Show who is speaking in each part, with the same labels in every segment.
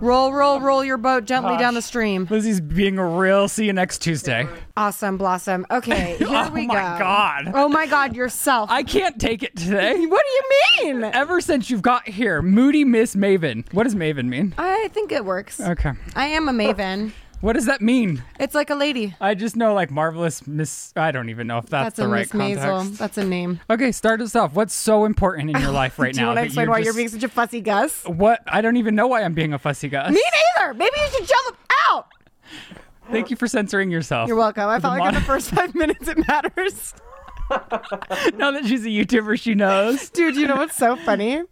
Speaker 1: Roll,
Speaker 2: Oh.
Speaker 1: roll, roll your boat gently down the stream.
Speaker 2: Lizzie's being real. See you next Tuesday.
Speaker 1: Awesome, Blossom. Okay, here
Speaker 2: Oh
Speaker 1: we go.
Speaker 2: my God.
Speaker 1: Oh my God, yourself.
Speaker 2: I can't take it today.
Speaker 1: what do you mean?
Speaker 2: Ever since you've got here, Moody Miss Maven. What does Maven mean?
Speaker 1: I think it works.
Speaker 2: Okay.
Speaker 1: I am a maven.
Speaker 2: What does that mean?
Speaker 1: It's like a lady.
Speaker 2: I just know like marvelous Miss. I don't even know if
Speaker 1: That's
Speaker 2: that's, the
Speaker 1: a
Speaker 2: right
Speaker 1: Miss Maisel.
Speaker 2: context.
Speaker 1: That's a name.
Speaker 2: Okay, start us off. What's so important in your life right
Speaker 1: do you
Speaker 2: now?
Speaker 1: want to
Speaker 2: that
Speaker 1: explain why you're
Speaker 2: just-
Speaker 1: being such a fussy Gus?
Speaker 2: What? I don't even know why I'm being a fussy guy.
Speaker 1: Me neither. Maybe you should shut them out.
Speaker 2: Thank you for censoring yourself.
Speaker 1: You're welcome. I felt like in
Speaker 2: mon-
Speaker 1: the first five minutes it matters.
Speaker 2: Now that she's a YouTuber, she knows.
Speaker 1: Dude, you know what's so funny?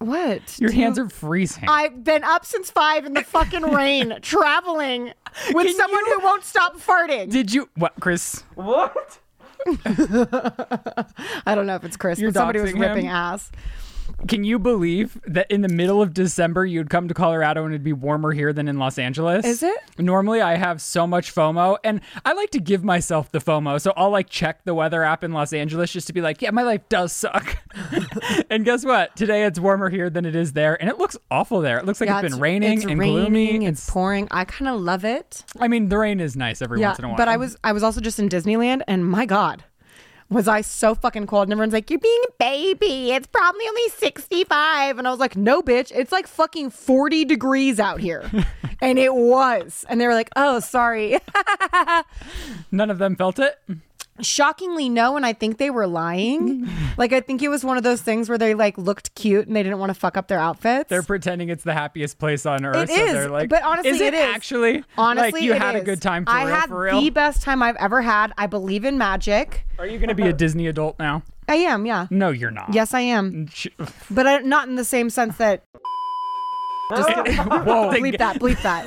Speaker 1: What?
Speaker 2: Your
Speaker 1: Do you-
Speaker 2: hands are freezing.
Speaker 1: I've been up since five in the fucking rain, traveling with
Speaker 2: Can
Speaker 1: someone
Speaker 2: you-
Speaker 1: who won't stop farting.
Speaker 2: Did you? What, Chris?
Speaker 3: What?
Speaker 1: I don't know if it's Chris,
Speaker 2: You're
Speaker 1: but somebody was
Speaker 2: doxing
Speaker 1: ripping
Speaker 2: him?
Speaker 1: ass.
Speaker 2: Can you believe that in the middle of December you'd come to Colorado and it'd be warmer here than in Los Angeles?
Speaker 1: Is it?
Speaker 2: Normally I have so much FOMO and I like to give myself the FOMO. So I'll like check the weather app in Los Angeles just to be like, yeah, my life does suck. and guess what? Today it's warmer here than it is there and it looks awful there. It looks like
Speaker 1: Yeah,
Speaker 2: it's been raining
Speaker 1: it's
Speaker 2: and
Speaker 1: raining,
Speaker 2: gloomy.
Speaker 1: It's pouring. I kind of love it.
Speaker 2: I mean, the rain is nice every once in a while.
Speaker 1: but I was I was also just in Disneyland, and my God, was I so fucking cold? And everyone's like, "You're being a baby. It's probably only 65." And I was like, "No, bitch. It's like fucking 40 degrees out here." and it was. And they were like, "Oh, sorry."
Speaker 2: None of them felt it.
Speaker 1: Shockingly, no. And I think they were lying. like I think it was one of those things where they like looked cute and they didn't want to fuck up their outfits.
Speaker 2: They're pretending it's the happiest place on earth.
Speaker 1: It
Speaker 2: so
Speaker 1: is,
Speaker 2: they're like,
Speaker 1: but honestly,
Speaker 2: is
Speaker 1: it
Speaker 2: it,
Speaker 1: is.
Speaker 2: actually?
Speaker 1: Honestly,
Speaker 2: like you
Speaker 1: it
Speaker 2: had a
Speaker 1: is.
Speaker 2: good time. For
Speaker 1: I
Speaker 2: real,
Speaker 1: had
Speaker 2: for real.
Speaker 1: the best time I've ever had. I believe in magic.
Speaker 2: Are you going to be a Disney adult now?
Speaker 1: I am, yeah.
Speaker 2: No, you're not.
Speaker 1: Yes, I am,
Speaker 2: Sh-
Speaker 1: but I, not in the same sense that. Just kidding.
Speaker 2: Whoa.
Speaker 1: bleep that. Bleep that.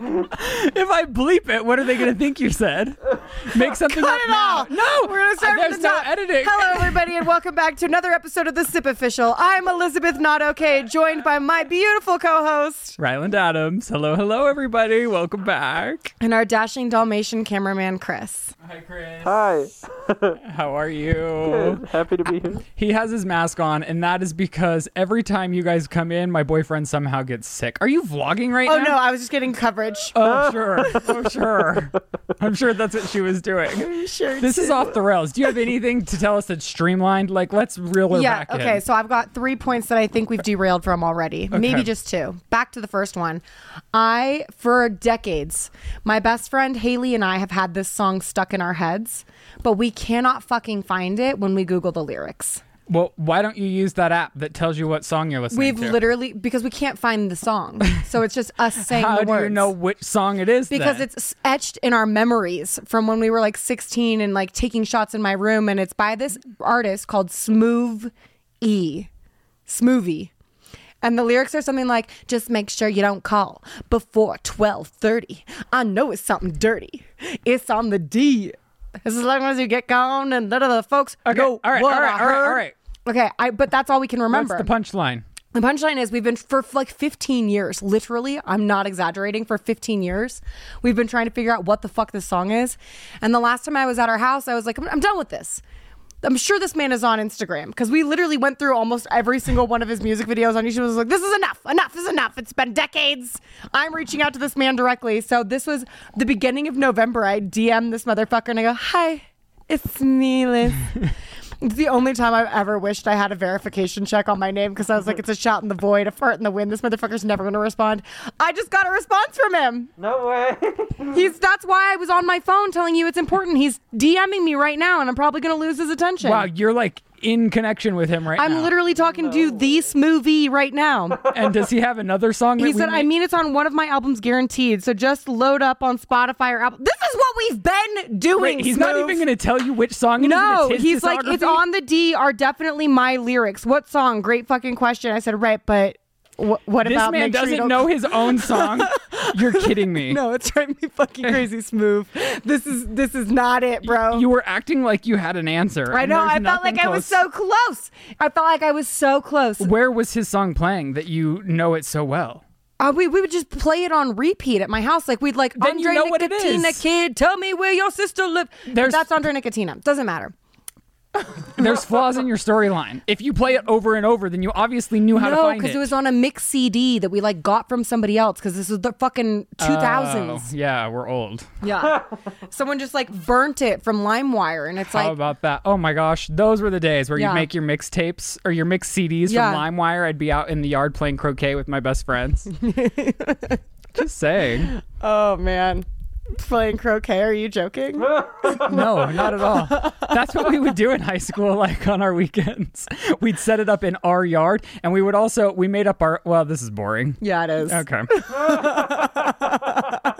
Speaker 2: If I bleep it, what are they going to think you said? Make something
Speaker 1: Cut
Speaker 2: up
Speaker 1: it
Speaker 2: now.
Speaker 1: all.
Speaker 2: No,
Speaker 1: we're gonna start
Speaker 2: There's
Speaker 1: from the
Speaker 2: no
Speaker 1: top.
Speaker 2: editing.
Speaker 1: Hello, everybody, and welcome back to another episode of the Sip Official. I'm Elizabeth Not Okay, joined by my beautiful co-host
Speaker 2: Ryland Adams. Hello, hello, everybody. Welcome back.
Speaker 1: and our dashing Dalmatian cameraman, Chris.
Speaker 2: Hi, Chris.
Speaker 3: Hi.
Speaker 2: How are you?
Speaker 3: Happy to be here.
Speaker 2: He has his mask on, and that is because every time you guys come in, my boyfriend somehow gets sick. Are you vlogging right
Speaker 1: Oh
Speaker 2: now?
Speaker 1: no, I was just getting coverage.
Speaker 2: Oh, sure. Oh, sure. I'm sure that's what she was doing.
Speaker 1: sure
Speaker 2: This is off the rails. Do you have anything to tell us that's streamlined? Like, let's reel her
Speaker 1: yeah
Speaker 2: back in.
Speaker 1: okay so i've got three points that i think we've derailed from already maybe just two back to the first one i for decades my best friend haley and i have had this song stuck in our heads but we cannot fucking find it when we google the lyrics
Speaker 2: Well, why don't you use that app that tells you what song you're listening
Speaker 1: we've
Speaker 2: to?
Speaker 1: literally because we can't find the song so it's just us saying
Speaker 2: How
Speaker 1: the
Speaker 2: do
Speaker 1: words
Speaker 2: you know which song it is?
Speaker 1: because
Speaker 2: then?
Speaker 1: it's etched in our memories from when we were like 16 and like taking shots in my room and it's by this artist called smooth e smoothie and the lyrics are something like just make sure you don't call before 12.30 i know it's something dirty it's on the d it's as long as you get gone and let other folks
Speaker 2: Okay,
Speaker 1: know
Speaker 2: all right,
Speaker 1: what
Speaker 2: all right,
Speaker 1: I
Speaker 2: all right, all
Speaker 1: heard.
Speaker 2: right.
Speaker 1: okay I, but that's all we can
Speaker 2: What's
Speaker 1: remember
Speaker 2: the punchline?
Speaker 1: the punchline is we've been for like 15 years, literally, I'm not exaggerating, for 15 years, we've been trying to figure out what the fuck this song is. And the last time I was at our house, I was like, I'm, I'm done with this. I'm sure this man is on Instagram because we literally went through almost every single one of his music videos on YouTube. I was like, this is enough. Enough is enough. It's been decades. I'm reaching out to this man directly. So this was the beginning of November. I DM this motherfucker and I go, hi, it's me, Liz. It's the only time I've ever wished I had a verification check on my name because I was like, it's a shot in the void, a fart in the wind. This motherfucker's never going to respond. I just got a response from him.
Speaker 3: No way.
Speaker 1: He's that's why I was on my phone telling you it's important. He's DMing me right now, and I'm probably going to lose his attention.
Speaker 2: Wow, you're like in connection with him right
Speaker 1: I'm
Speaker 2: now.
Speaker 1: literally talking to the smoothie right now.
Speaker 2: And does he have another song?
Speaker 1: He
Speaker 2: that
Speaker 1: said,
Speaker 2: we
Speaker 1: I mean, it's on one of my albums guaranteed. So just load up on Spotify or Apple. This is what we've been doing.
Speaker 2: Wait, he's not
Speaker 1: Smoove.
Speaker 2: even going to tell you which song. It is,
Speaker 1: No,
Speaker 2: and it's his
Speaker 1: he's like, it's
Speaker 2: discography?
Speaker 1: on the D are definitely my lyrics. What song? Great fucking question. I said, right, but wh- what
Speaker 2: This
Speaker 1: about
Speaker 2: man
Speaker 1: make sure
Speaker 2: doesn't
Speaker 1: you don't-
Speaker 2: know his own song. you're kidding me.
Speaker 1: No, it's driving me fucking crazy smooth. This is this is not it, bro.
Speaker 2: You were acting like you had an answer.
Speaker 1: I
Speaker 2: and
Speaker 1: know.
Speaker 2: there's
Speaker 1: I felt
Speaker 2: nothing
Speaker 1: like I was
Speaker 2: close.
Speaker 1: so close. I felt like I was so close.
Speaker 2: Where was his song playing that you know it so well?
Speaker 1: Uh, we we would just play it on repeat at my house. Like we'd like
Speaker 2: Then you
Speaker 1: Andre
Speaker 2: know what it
Speaker 1: Nicotina
Speaker 2: is.
Speaker 1: kid, tell me where your sister live.
Speaker 2: There's-
Speaker 1: That's Andre Nicotina. Doesn't matter.
Speaker 2: There's flaws in your storyline. If you play it over and over, then you obviously knew how to
Speaker 1: No,
Speaker 2: find
Speaker 1: because
Speaker 2: it.
Speaker 1: it was on a mix CD that we like got from somebody else because this was the fucking
Speaker 2: oh,
Speaker 1: 2000s.
Speaker 2: yeah, we're old.
Speaker 1: Yeah. Someone just like burnt it from LimeWire and it's
Speaker 2: How
Speaker 1: like,
Speaker 2: about that? Oh my gosh, those were the days where
Speaker 1: Yeah.
Speaker 2: you make your mixtapes or your mix CDs
Speaker 1: Yeah.
Speaker 2: from LimeWire. I'd be out in the yard playing croquet with my best friends. Just saying.
Speaker 1: oh man, playing croquet. Are you joking?
Speaker 2: No, not at all. That's what we would do in high school, like on our weekends. We'd set it up in our yard, and we would also we made up our. Well, this is boring.
Speaker 1: yeah, it is.
Speaker 2: Okay.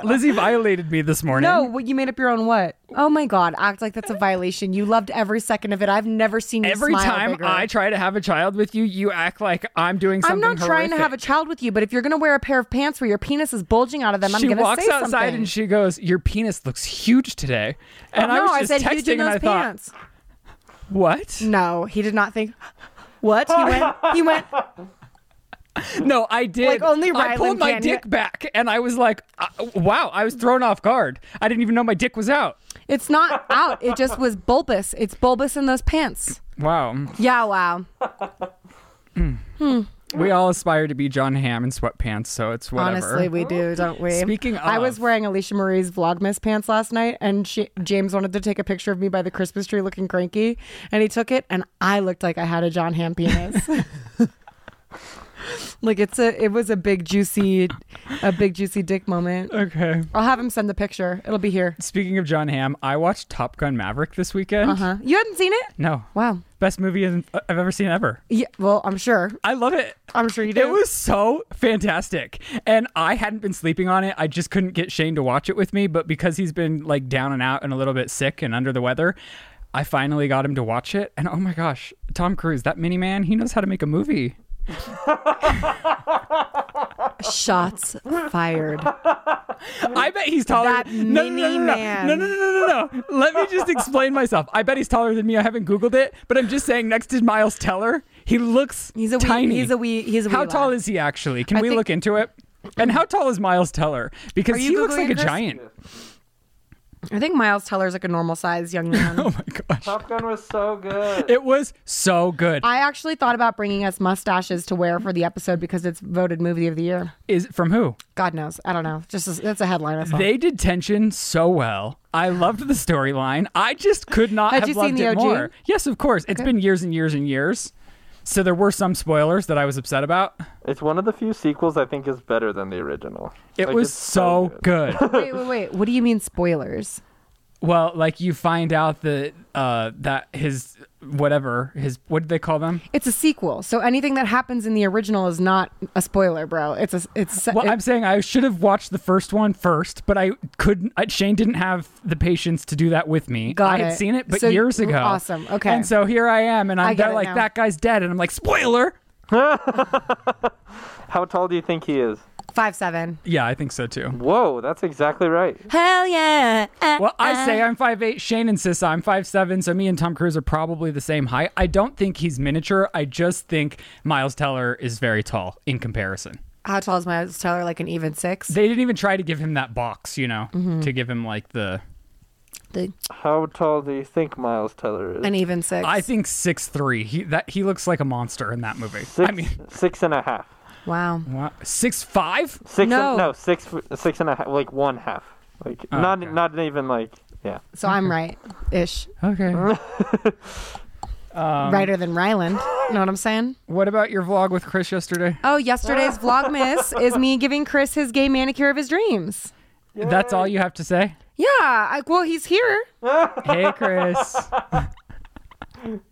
Speaker 2: Lizzie violated me this morning.
Speaker 1: No, what you made up your own what? Oh my god, act like that's a violation. You loved every second of it. I've never seen you
Speaker 2: Every
Speaker 1: smile
Speaker 2: time
Speaker 1: bigger.
Speaker 2: I try to have a child with you, you act like I'm doing something.
Speaker 1: I'm not trying to
Speaker 2: horrific.
Speaker 1: have a child with you, but if you're gonna wear a pair of pants where your penis is bulging out of them, I'm
Speaker 2: she
Speaker 1: gonna
Speaker 2: walks
Speaker 1: say
Speaker 2: outside
Speaker 1: something. Oh,
Speaker 2: and she goes, "Your penis looks huge today." And I
Speaker 1: no,
Speaker 2: was
Speaker 1: I
Speaker 2: just
Speaker 1: said
Speaker 2: texting
Speaker 1: huge in
Speaker 2: and
Speaker 1: those
Speaker 2: I thought,
Speaker 1: pants. Mm.
Speaker 2: "What?"
Speaker 1: No, he did not think. What he went? He went.
Speaker 2: No, I did.
Speaker 1: Like, only
Speaker 2: I pulled
Speaker 1: Rylan
Speaker 2: my
Speaker 1: can.
Speaker 2: dick back, and I was like, uh, "Wow!" I was thrown off guard. I didn't even know my dick was out.
Speaker 1: It's not out. It just was bulbous. It's bulbous in those pants.
Speaker 2: Wow.
Speaker 1: Yeah, wow.
Speaker 2: We all aspire to be John Hamm in sweatpants, so it's whatever.
Speaker 1: Honestly, we do, don't we?
Speaker 2: Speaking
Speaker 1: I
Speaker 2: of-
Speaker 1: was wearing Alicia Marie's Vlogmas pants last night, and she, James wanted to take a picture of me by the Christmas tree looking cranky, and he took it, and I looked like I had a John Hamm penis. like it's a, it was a big juicy, a big juicy dick moment.
Speaker 2: okay.
Speaker 1: I'll have him send the picture. It'll be here.
Speaker 2: Speaking of John Hamm, I watched Top Gun Maverick this weekend.
Speaker 1: Uh huh. You hadn't seen it?
Speaker 2: No,
Speaker 1: Wow.
Speaker 2: best movie I've I've ever seen ever.
Speaker 1: Yeah. Well, I'm sure.
Speaker 2: I love it.
Speaker 1: I'm sure you did.
Speaker 2: It was so fantastic. And I hadn't been sleeping on it. I just couldn't get Shane to watch it with me. But because he's been like down and out and a little bit sick and under the weather, I finally got him to watch it. And oh my gosh, Tom Cruise, that mini man, he knows how to make a movie.
Speaker 1: shots fired.
Speaker 2: I bet he's taller.
Speaker 1: That
Speaker 2: no, no, no, no,
Speaker 1: mini
Speaker 2: no.
Speaker 1: man.
Speaker 2: No, no, no, no, no, no. Let me just explain myself. I bet he's taller than me. I haven't Googled it, but I'm just saying next to Miles Teller, he looks
Speaker 1: He's a wee-
Speaker 2: tiny.
Speaker 1: he's a wee- he's a
Speaker 2: How
Speaker 1: wee
Speaker 2: tall
Speaker 1: lad.
Speaker 2: is he actually? Can
Speaker 1: I
Speaker 2: we
Speaker 1: think-
Speaker 2: look into it? And how tall is Miles Teller? Because
Speaker 1: Are you
Speaker 2: he looks
Speaker 1: Googling
Speaker 2: like a
Speaker 1: it, Chris?
Speaker 2: giant.
Speaker 1: I think Miles Teller's like a normal sized young man.
Speaker 2: Oh my gosh.
Speaker 3: Top Gun was so good.
Speaker 2: It was so good.
Speaker 1: I actually thought about bringing us mustaches to wear for the episode because it's voted movie of the year.
Speaker 2: Is from who?
Speaker 1: God knows. I don't know. Just as, that's a headline I saw.
Speaker 2: They did tension so well. I loved the storyline. I just could not
Speaker 1: Had
Speaker 2: have
Speaker 1: you seen
Speaker 2: loved
Speaker 1: the
Speaker 2: it
Speaker 1: OG?
Speaker 2: more. Yes, of course. It's been years and years and years. So there were some spoilers that I was upset about.
Speaker 3: It's one of the few sequels I think is better than the original.
Speaker 2: It
Speaker 3: Like,
Speaker 2: was
Speaker 3: it's
Speaker 2: so good.
Speaker 1: wait, wait, wait. What do you mean spoilers?
Speaker 2: well, like you find out that uh that his whatever his what did they call them?
Speaker 1: It's a sequel, so anything that happens in the original is not a spoiler, bro. It's a it's.
Speaker 2: Well,
Speaker 1: it-
Speaker 2: I'm saying I should have watched the first one first, but I couldn't. I, Shane didn't have the patience to do that with me.
Speaker 1: Got
Speaker 2: I had
Speaker 1: it.
Speaker 2: seen it, but
Speaker 1: So-
Speaker 2: years ago.
Speaker 1: awesome. Okay.
Speaker 2: And so here I am, and I'm
Speaker 1: I get
Speaker 2: they're
Speaker 1: it
Speaker 2: like,
Speaker 1: now.
Speaker 2: "That guy's dead," and I'm like, "Spoiler."
Speaker 3: How tall do you think he is?
Speaker 1: five seven.
Speaker 2: Yeah, I think so too.
Speaker 3: Whoa, that's exactly right.
Speaker 1: Hell yeah! Uh,
Speaker 2: Well, I say
Speaker 1: uh.
Speaker 2: I'm 5'8. Shane insists I'm 5'7, so me and Tom Cruise are probably the same height. I don't think he's miniature. I just think Miles Teller is very tall in comparison.
Speaker 1: How tall is Miles Teller? Like an even six.
Speaker 2: They didn't even try to give him that box, you know, to give him like the.
Speaker 1: The-
Speaker 3: How tall do you think Miles Teller is?
Speaker 1: an even six.
Speaker 2: I think 6'3. He, that, he looks like a monster in that movie. I
Speaker 3: Six,
Speaker 2: mean,
Speaker 3: six and a half.
Speaker 1: wow.
Speaker 2: Wow. Six five?
Speaker 3: Six
Speaker 1: No.
Speaker 3: and, no six f- six and a half like one half like not
Speaker 2: Oh, okay.
Speaker 3: not even like yeah
Speaker 1: So I'm right, ish.
Speaker 2: Okay. Um,
Speaker 1: Righter than Ryland. Know what I'm saying?
Speaker 2: what about your vlog with Chris yesterday?
Speaker 1: Oh, yesterday's Vlogmas is me giving Chris his gay manicure of his dreams.
Speaker 2: That's all you have to say?
Speaker 1: Yeah, I, well, he's here.
Speaker 2: Hey, Chris.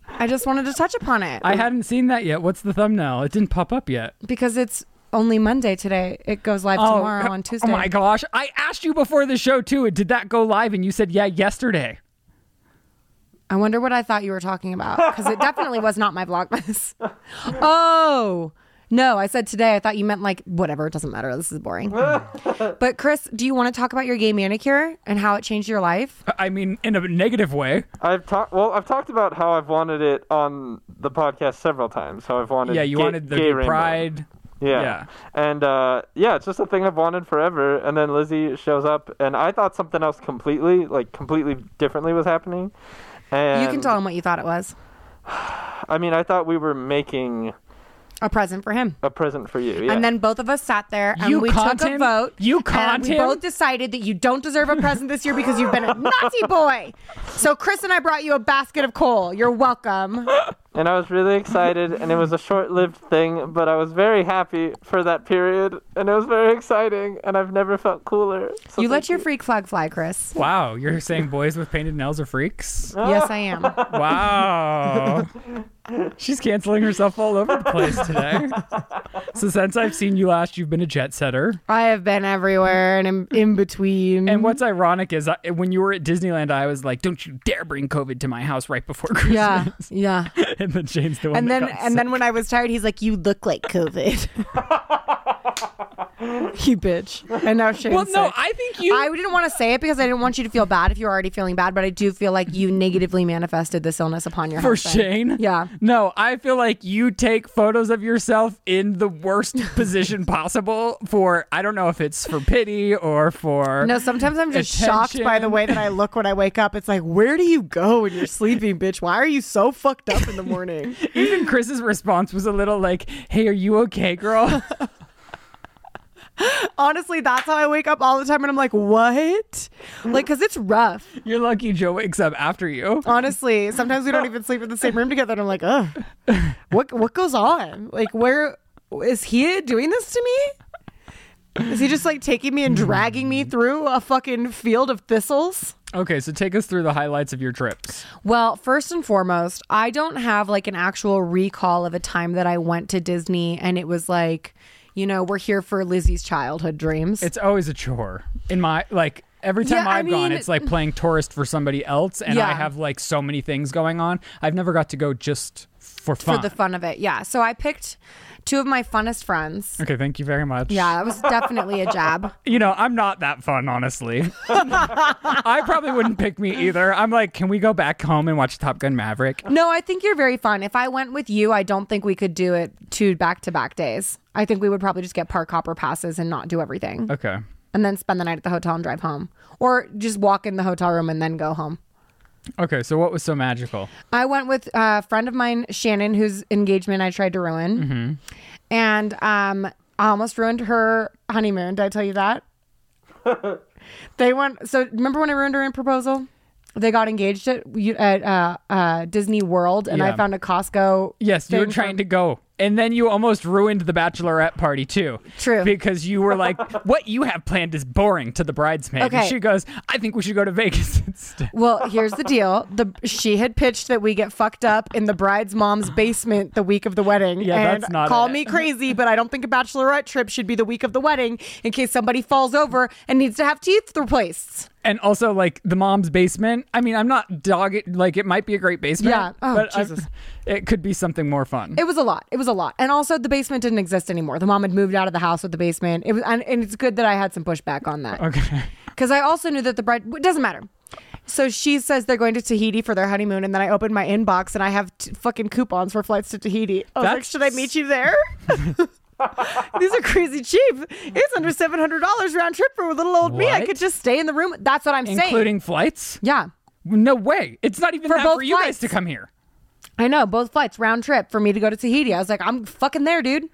Speaker 1: I just wanted to touch upon it
Speaker 2: I hadn't seen that yet. What's the thumbnail? It didn't pop up yet.
Speaker 1: because it's only Monday today. It goes live tomorrow on Tuesday.
Speaker 2: Oh my gosh. I asked you before the show too. Did that go live? And you said, yeah, yesterday.
Speaker 1: I wonder what I thought you were talking about because it definitely was not my Vlogmas. oh. No, I said today. I thought you meant like whatever. It doesn't matter. This is boring. but Chris, do you want to talk about your gay manicure and how it changed your life?
Speaker 2: I mean, in a negative way.
Speaker 3: I've talked well I've talked about how I've wanted it on the podcast several times how I've wanted
Speaker 2: Yeah, you
Speaker 3: gay-
Speaker 2: wanted the
Speaker 3: gay rainbow.
Speaker 2: pride.
Speaker 3: Yeah.
Speaker 2: Yeah.
Speaker 3: And uh, yeah, it's just a thing I've wanted forever. And then Lizzie shows up, and I thought something else completely, like completely differently was happening. And
Speaker 2: Um,
Speaker 1: you can tell him what you thought it was.
Speaker 3: I mean, I thought we were making
Speaker 1: A present for him.
Speaker 3: a present for you. Yeah.
Speaker 1: And then both of us sat there and
Speaker 2: You
Speaker 1: we
Speaker 2: conned
Speaker 1: took a
Speaker 2: him?
Speaker 1: vote.
Speaker 2: You
Speaker 1: and
Speaker 2: conned
Speaker 1: we
Speaker 2: him?
Speaker 1: both decided that you don't deserve a present this year because you've been a Nazi boy. So Chris and I brought you a basket of coal. You're welcome.
Speaker 3: and I was really excited, and it was a short-lived thing, but I was very happy for that period, and it was very exciting, and I've never felt cooler. So
Speaker 1: You
Speaker 3: thank
Speaker 1: let your freak flag fly, Chris.
Speaker 2: Wow, you're saying boys with painted nails are freaks?
Speaker 1: Yes, I am.
Speaker 2: Wow. She's canceling herself all over the place today. So since I've seen you last, you've been a jet setter.
Speaker 1: I have been everywhere and in, in between.
Speaker 2: And what's ironic is I, when you were at Disneyland, I was like, "Don't you dare bring COVID to my house right before Christmas."
Speaker 1: yeah, yeah.
Speaker 2: and then Jane's the one.
Speaker 1: And
Speaker 2: that
Speaker 1: then
Speaker 2: got
Speaker 1: and then when I was tired, he's like, "You look like COVID." you bitch. And now Shane's
Speaker 2: sick. well, no,
Speaker 1: sick.
Speaker 2: I think you.
Speaker 1: I didn't want to say it because I didn't want you to feel bad if you're already feeling bad, but I do feel like you negatively manifested this illness upon your
Speaker 2: for
Speaker 1: husband.
Speaker 2: Shane.
Speaker 1: Yeah.
Speaker 2: No, I feel like you take photos of yourself in the worst position possible for I don't know if it's for pity or for
Speaker 1: No, sometimes I'm just shocked by the
Speaker 2: Attention.
Speaker 1: way that I look when I wake up. It's like, where do you go when you're sleeping, bitch? Why are you so fucked up in the morning?
Speaker 2: Even Chris's response was a little like, "Hey, are you okay, girl?"
Speaker 1: Honestly, that's how I wake up all the time, and I'm like, what? Like, because it's rough.
Speaker 2: You're lucky Joe wakes up after you.
Speaker 1: Honestly, sometimes we don't even sleep in the same room together, and I'm like, ugh, what what goes on? Like, where is he doing this to me? Is he just like taking me and dragging me through a fucking field of thistles?
Speaker 2: Okay, so take us through the highlights of your trips.
Speaker 1: Well, first and foremost, I don't have like an actual recall of a time that I went to Disney and it was like, you know, we're here for Lizzie's childhood dreams.
Speaker 2: It's always a chore in my like every time
Speaker 1: Yeah, I
Speaker 2: I've gone,
Speaker 1: mean-
Speaker 2: it's like playing tourist for somebody else, and I
Speaker 1: Yeah.
Speaker 2: have like so many things going on. I've never got to go just for fun.
Speaker 1: for the fun of it. Yeah. So I picked two of my funnest friends.
Speaker 2: okay, thank you very much.
Speaker 1: Yeah, that was definitely a jab.
Speaker 2: you know, I'm not that fun, honestly. I probably wouldn't pick me either. I'm like, can we go back home and watch Top Gun Maverick?
Speaker 1: No, I think you're very fun. If I went with you, I don't think we could do it two back to back days. I think we would probably just get park hopper passes and not do everything
Speaker 2: Okay.
Speaker 1: and then spend the night at the hotel and drive home or just walk in the hotel room and then go home.
Speaker 2: Okay, so what was so magical?
Speaker 1: I went with a friend of mine, Shannon, whose engagement I tried to ruin.
Speaker 2: Mm-hmm.
Speaker 1: And um, I almost ruined her honeymoon. Did I tell you that? they went. So remember when I ruined her in proposal? They got engaged at at uh, uh, Disney World, and
Speaker 2: Yeah.
Speaker 1: I found a Costco.
Speaker 2: Yes, you were
Speaker 1: thing
Speaker 2: trying
Speaker 1: from-
Speaker 2: to go. And then you almost ruined the bachelorette party too.
Speaker 1: True.
Speaker 2: Because you were like, what you have planned is boring to the bridesmaid. And
Speaker 1: Okay.
Speaker 2: she goes, I think we should go to Vegas instead.
Speaker 1: Well, here's the deal. The she had pitched that we get fucked up in the bride's mom's basement the week of the wedding.
Speaker 2: Yeah,
Speaker 1: and
Speaker 2: that's not
Speaker 1: call
Speaker 2: it.
Speaker 1: me crazy, but I don't think a bachelorette trip should be the week of the wedding in case somebody falls over and needs to have teeth replaced.
Speaker 2: And also like the mom's basement. I mean, I'm not dog it like it might be a great basement.
Speaker 1: Yeah. Oh,
Speaker 2: but I'm-
Speaker 1: Jesus.
Speaker 2: it could be something more fun.
Speaker 1: It was a lot. It was a lot. And also the basement didn't exist anymore. The mom had moved out of the house with the basement. It was and, and it's good that I had some pushback on that.
Speaker 2: okay.
Speaker 1: Because I also knew that the bride it doesn't matter. So she says they're going to Tahiti for their honeymoon, and then I opened my inbox and I have t- fucking coupons for flights to Tahiti. I was like,
Speaker 2: That's-
Speaker 1: should I meet you there? These are crazy cheap. It's under seven hundred dollars round trip for little old me. I
Speaker 2: What?
Speaker 1: could just stay in the room. That's what I'm saying.
Speaker 2: Including flights?
Speaker 1: Yeah,
Speaker 2: No way. It's not even
Speaker 1: For
Speaker 2: that
Speaker 1: both
Speaker 2: for you guys
Speaker 1: flights.
Speaker 2: to come here.
Speaker 1: I know both flights round trip for me to go to Tahiti. I was like, I'm fucking there, dude.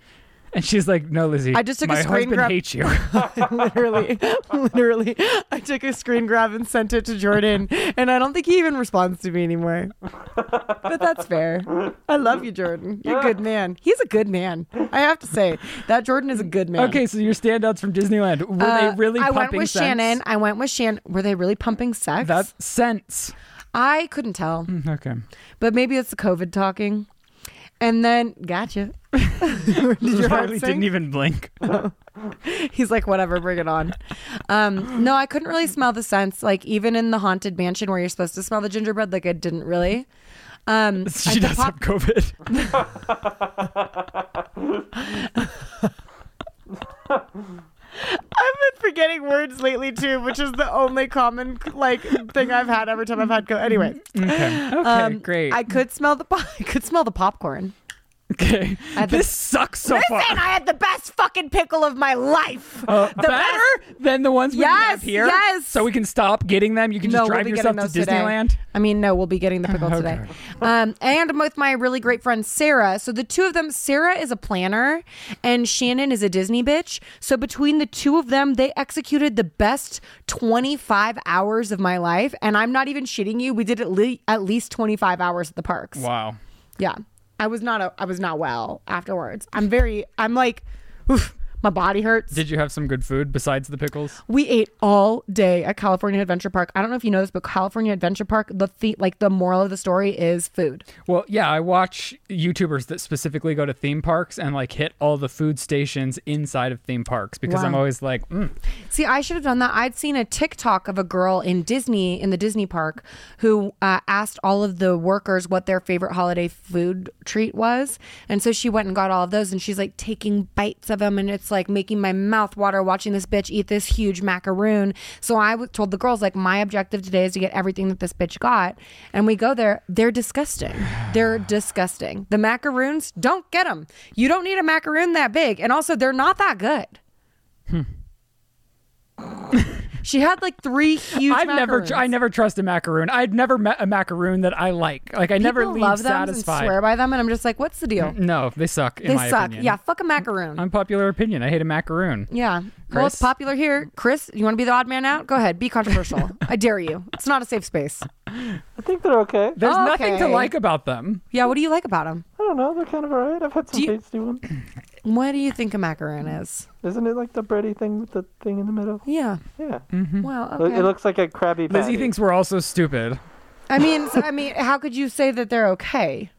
Speaker 2: And she's like, No, Lizzie.
Speaker 1: I just took a
Speaker 2: my
Speaker 1: screen
Speaker 2: husband
Speaker 1: grab-
Speaker 2: hates you.
Speaker 1: literally, literally, I took a screen grab and sent it to Jordan, and I don't think he even responds to me anymore. But that's fair. I love you, Jordan. You're a good man. He's a good man. I have to say that Jordan is a good man.
Speaker 2: okay, so your standouts from Disneyland. Were
Speaker 1: Uh,
Speaker 2: they really
Speaker 1: I
Speaker 2: pumping
Speaker 1: went with
Speaker 2: sense?
Speaker 1: Shannon. I went with Shannon. Were they really pumping sex?
Speaker 2: That's sense.
Speaker 1: I couldn't tell,
Speaker 2: Okay.
Speaker 1: but maybe it's the COVID talking. And then, gotcha. Did your heart
Speaker 2: Riley
Speaker 1: sing?
Speaker 2: didn't even blink.
Speaker 1: He's like, whatever, bring it on. Um, no, I couldn't really smell the scents. Like even in the haunted mansion where you're supposed to smell the gingerbread, like I didn't really. Um,
Speaker 2: She
Speaker 1: the
Speaker 2: does
Speaker 1: pop-
Speaker 2: have COVID.
Speaker 1: I've been forgetting words lately too, which is the only common like thing I've had every time I've had. Co- anyway,
Speaker 2: Okay. Okay.
Speaker 1: um,
Speaker 2: great.
Speaker 1: I could smell the po- I could smell the popcorn.
Speaker 2: Okay.
Speaker 1: I think-
Speaker 2: this sucks so
Speaker 1: Listen,
Speaker 2: far.
Speaker 1: I had the best fucking pickle of my life.
Speaker 2: Uh,
Speaker 1: the
Speaker 2: better
Speaker 1: best.
Speaker 2: than the ones we have
Speaker 1: Yes,
Speaker 2: here.
Speaker 1: yes.
Speaker 2: So we can stop getting them. You can just
Speaker 1: we'll
Speaker 2: drive
Speaker 1: be
Speaker 2: yourself to
Speaker 1: getting those today.
Speaker 2: Disneyland.
Speaker 1: I mean, no, we'll be getting the pickle
Speaker 2: Okay.
Speaker 1: today. Um, and I'm with my really great friend Sarah. So the two of them, Sarah is a planner and Shannon is a Disney bitch. So between the two of them, they executed the best 25 hours of my life. And I'm not even shitting you. We did at, le- at least 25 hours at the parks.
Speaker 2: Wow.
Speaker 1: Yeah. I was not a, I was not well afterwards. I'm very I'm like oof, my body hurts.
Speaker 2: Did you have some good food besides the pickles?
Speaker 1: we ate all day at California Adventure Park. I don't know if you know this, but California Adventure Park, the, the like the moral of the story is food.
Speaker 2: Well, yeah, I watch YouTubers that specifically go to theme parks and like hit all the food stations inside of theme parks because
Speaker 1: Wow.
Speaker 2: I'm always like, mm,
Speaker 1: See, I should have done that. I'd seen a TikTok of a girl in Disney in the Disney park who uh, asked all of the workers what their favorite holiday food treat was, and so she went and got all of those, and she's like taking bites of them, and it's like making my mouth water watching this bitch eat this huge macaroon. So I w- told the girls like my objective today is to get everything that this bitch got, and we go there. They're disgusting. They're disgusting. The macaroons, don't get them. You don't need a macaroon that big, and also they're not that good. She had like three huge.
Speaker 2: I've never,
Speaker 1: macaroons.
Speaker 2: tr- I never trust a macaroon. I've never met a macaroon that I like. Like I never
Speaker 1: People
Speaker 2: leave
Speaker 1: love them
Speaker 2: satisfied.
Speaker 1: and swear by them, and I'm just like, what's the deal?
Speaker 2: no, they suck. In
Speaker 1: They
Speaker 2: my
Speaker 1: suck.
Speaker 2: opinion.
Speaker 1: Yeah, fuck a macaroon.
Speaker 2: Unpopular opinion. I hate a macaroon.
Speaker 1: yeah. Well, it's
Speaker 2: Chris?
Speaker 1: popular here. Chris, you want to be the odd man out? Go ahead. Be controversial. I dare you. It's not a safe space.
Speaker 3: I think they're okay.
Speaker 2: There's nothing to
Speaker 1: Okay.
Speaker 2: like about them.
Speaker 1: Yeah. What do you like about them?
Speaker 3: I don't know. They're kind of alright. I've had some
Speaker 1: Do you-
Speaker 3: tasty ones.
Speaker 1: What do you think a macaroon is?
Speaker 3: Isn't it like the bready thing with the thing in the middle?
Speaker 1: Yeah. Mm-hmm.
Speaker 3: Yeah.
Speaker 2: Mm-hmm.
Speaker 1: Well,
Speaker 3: It-
Speaker 1: okay.
Speaker 3: It looks like a crabby.
Speaker 2: Lizzie thinks we're also stupid.
Speaker 1: I mean, so, I mean, how could you say that they're okay?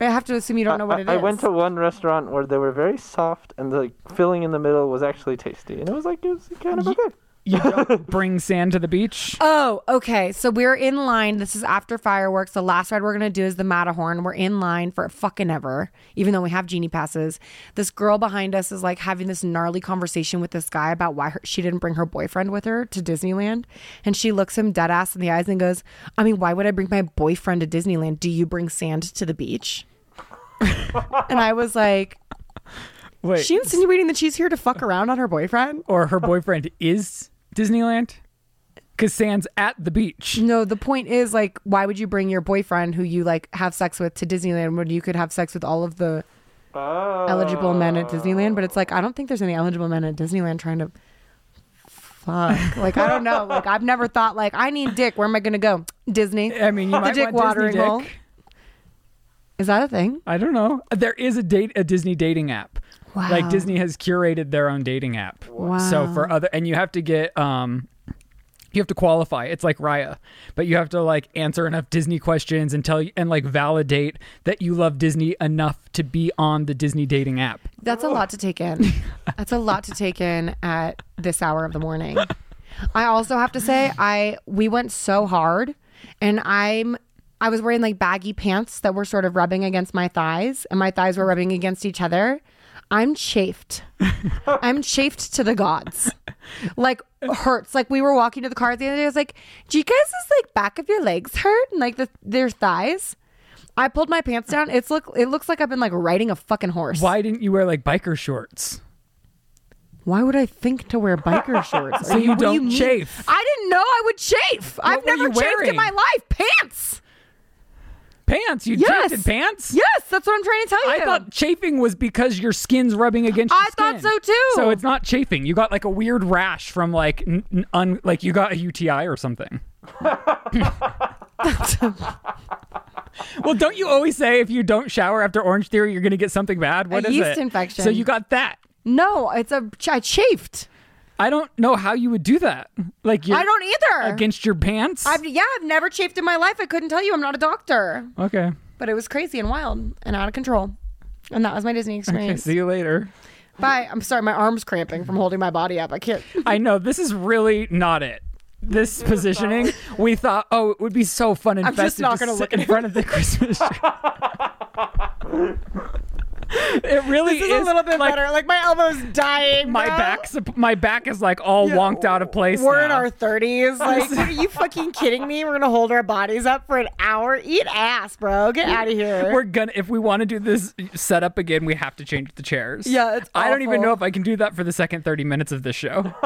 Speaker 1: I have to assume you don't know what
Speaker 3: I,
Speaker 1: it is.
Speaker 3: I went to one restaurant where they were very soft, and the filling in the middle was actually tasty, and it was like it was kind of okay.
Speaker 2: You don't bring sand to the beach.
Speaker 1: Oh, okay. So we're in line. This is after fireworks. The last ride we're gonna do is the Matterhorn. We're in line for fucking ever, even though we have genie passes. This girl behind us is like having this gnarly conversation with this guy about why her, she didn't bring her boyfriend with her to Disneyland, and she looks him dead ass in the eyes and goes, "I mean, why would I bring my boyfriend to Disneyland? Do you bring sand to the beach?" and I was like,
Speaker 2: Wait,
Speaker 1: Uh, "She insinuating that she's here to fuck around on her boyfriend."
Speaker 2: or her boyfriend is Disneyland? Because Sand's at the beach.
Speaker 1: No, the point is like, why would you bring your boyfriend who you like have sex with to Disneyland when you could have sex with all of the
Speaker 3: Oh,
Speaker 1: eligible men at Disneyland? But it's like, I don't think there's any eligible men at Disneyland trying to fuck. Like, I don't know. Like, I've never thought like, I need dick. Where am I gonna go? Disney.
Speaker 2: I mean, you
Speaker 1: the
Speaker 2: might
Speaker 1: dick
Speaker 2: want
Speaker 1: watering
Speaker 2: Disney dick.
Speaker 1: hole. Is that a thing?
Speaker 2: I don't know. There is a date a Disney dating app.
Speaker 1: Wow.
Speaker 2: Like Disney has curated their own dating app.
Speaker 1: Oh. Wow.
Speaker 2: So for other and you have to get um you have to qualify. It's like Raya, but you have to like answer enough Disney questions and tell and like validate that you love Disney enough to be on the Disney dating app.
Speaker 1: That's a lot to take in. That's a lot to take in at this hour of the morning. I also have to say I we went so hard and I'm I was wearing like baggy pants that were sort of rubbing against my thighs and my thighs were rubbing against each other. I'm chafed. I'm chafed to the gods. Like hurts. Like we were walking to the car the other day. I was like, "Do you guys' like back of your legs hurt and like the, their thighs?" I pulled my pants down. It's look. It looks like I've been like riding a fucking horse.
Speaker 2: Why didn't you wear like biker shorts?
Speaker 1: Why would I think to wear biker shorts?
Speaker 2: So
Speaker 1: Are
Speaker 2: you
Speaker 1: what do
Speaker 2: don't
Speaker 1: mean?
Speaker 2: chafe.
Speaker 1: I didn't know I would chafe. I've
Speaker 2: were you
Speaker 1: never chafed
Speaker 2: wearing?
Speaker 1: in my life. Pants.
Speaker 2: Pants, you
Speaker 1: Yes.
Speaker 2: tinted pants?
Speaker 1: Yes, that's what I'm trying to tell
Speaker 2: I
Speaker 1: you.
Speaker 2: thought chafing was because your skin's rubbing against. Your
Speaker 1: I thought
Speaker 2: skin.
Speaker 1: so, too.
Speaker 2: So it's not chafing. You got like a weird rash from like n- n- un- like you got a UTI or something. well, don't you always say if you don't shower after Orange Theory, you're going to get something bad? What is
Speaker 1: yeast
Speaker 2: it?
Speaker 1: infection.
Speaker 2: So you got that.
Speaker 1: no, it's a I chafed.
Speaker 2: I don't know how you would do that. Like you're
Speaker 1: I don't either.
Speaker 2: against your pants.
Speaker 1: I've, yeah, I've never chafed in my life. I couldn't tell you. I'm not a doctor.
Speaker 2: okay.
Speaker 1: But it was crazy and wild and out of control. And that was my Disney
Speaker 2: Okay.
Speaker 1: experience.
Speaker 2: See you later.
Speaker 1: Bye. I'm sorry, my arm's cramping from holding my body up. I can't.
Speaker 2: I know this is really not it. This positioning, we thought, oh, it would be so fun and
Speaker 1: I'm just
Speaker 2: festive
Speaker 1: not
Speaker 2: to
Speaker 1: gonna
Speaker 2: sit
Speaker 1: look
Speaker 2: in
Speaker 1: at
Speaker 2: front of the Christmas tree. It really
Speaker 1: This is a little bit
Speaker 2: like,
Speaker 1: better. Like my elbow's dying.
Speaker 2: My
Speaker 1: now.
Speaker 2: back's my back is like all wonked out of place.
Speaker 1: We're
Speaker 2: now.
Speaker 1: in our thirties. Like, are you fucking kidding me? We're gonna hold our bodies up for an hour. Eat ass, bro. Get out of here.
Speaker 2: We're gonna if we want to do this setup again, we have to change the chairs.
Speaker 1: Yeah, it's
Speaker 2: I don't even
Speaker 1: awful.
Speaker 2: know if I can do that for the second thirty minutes of this show.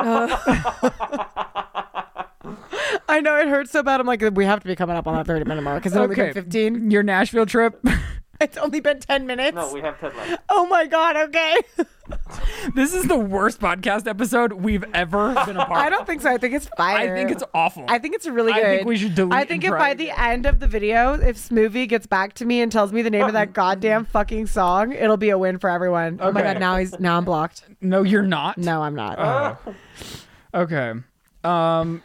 Speaker 1: I know it hurts so bad. I'm like, we have to be coming up on that 30 minute mark because it's only been 15.
Speaker 2: Your Nashville trip.
Speaker 1: It's only been 10 minutes.
Speaker 3: No, we have 10 left.
Speaker 1: oh my god. Okay.
Speaker 2: this is the worst podcast episode we've ever been a part.
Speaker 1: I
Speaker 2: of.
Speaker 1: don't think so. I think it's fire.
Speaker 2: I think it's awful.
Speaker 1: I think it's really
Speaker 2: I
Speaker 1: good.
Speaker 2: think we should delete
Speaker 1: I think
Speaker 2: and
Speaker 1: if
Speaker 2: try
Speaker 1: by the end of the video, if Smoothie gets back to me and tells me the name of that goddamn fucking song, it'll be a win for everyone. Oh my
Speaker 2: Okay.
Speaker 1: god. Now he's now I'm blocked.
Speaker 2: no, you're not.
Speaker 1: No, I'm not.
Speaker 2: Okay. Um,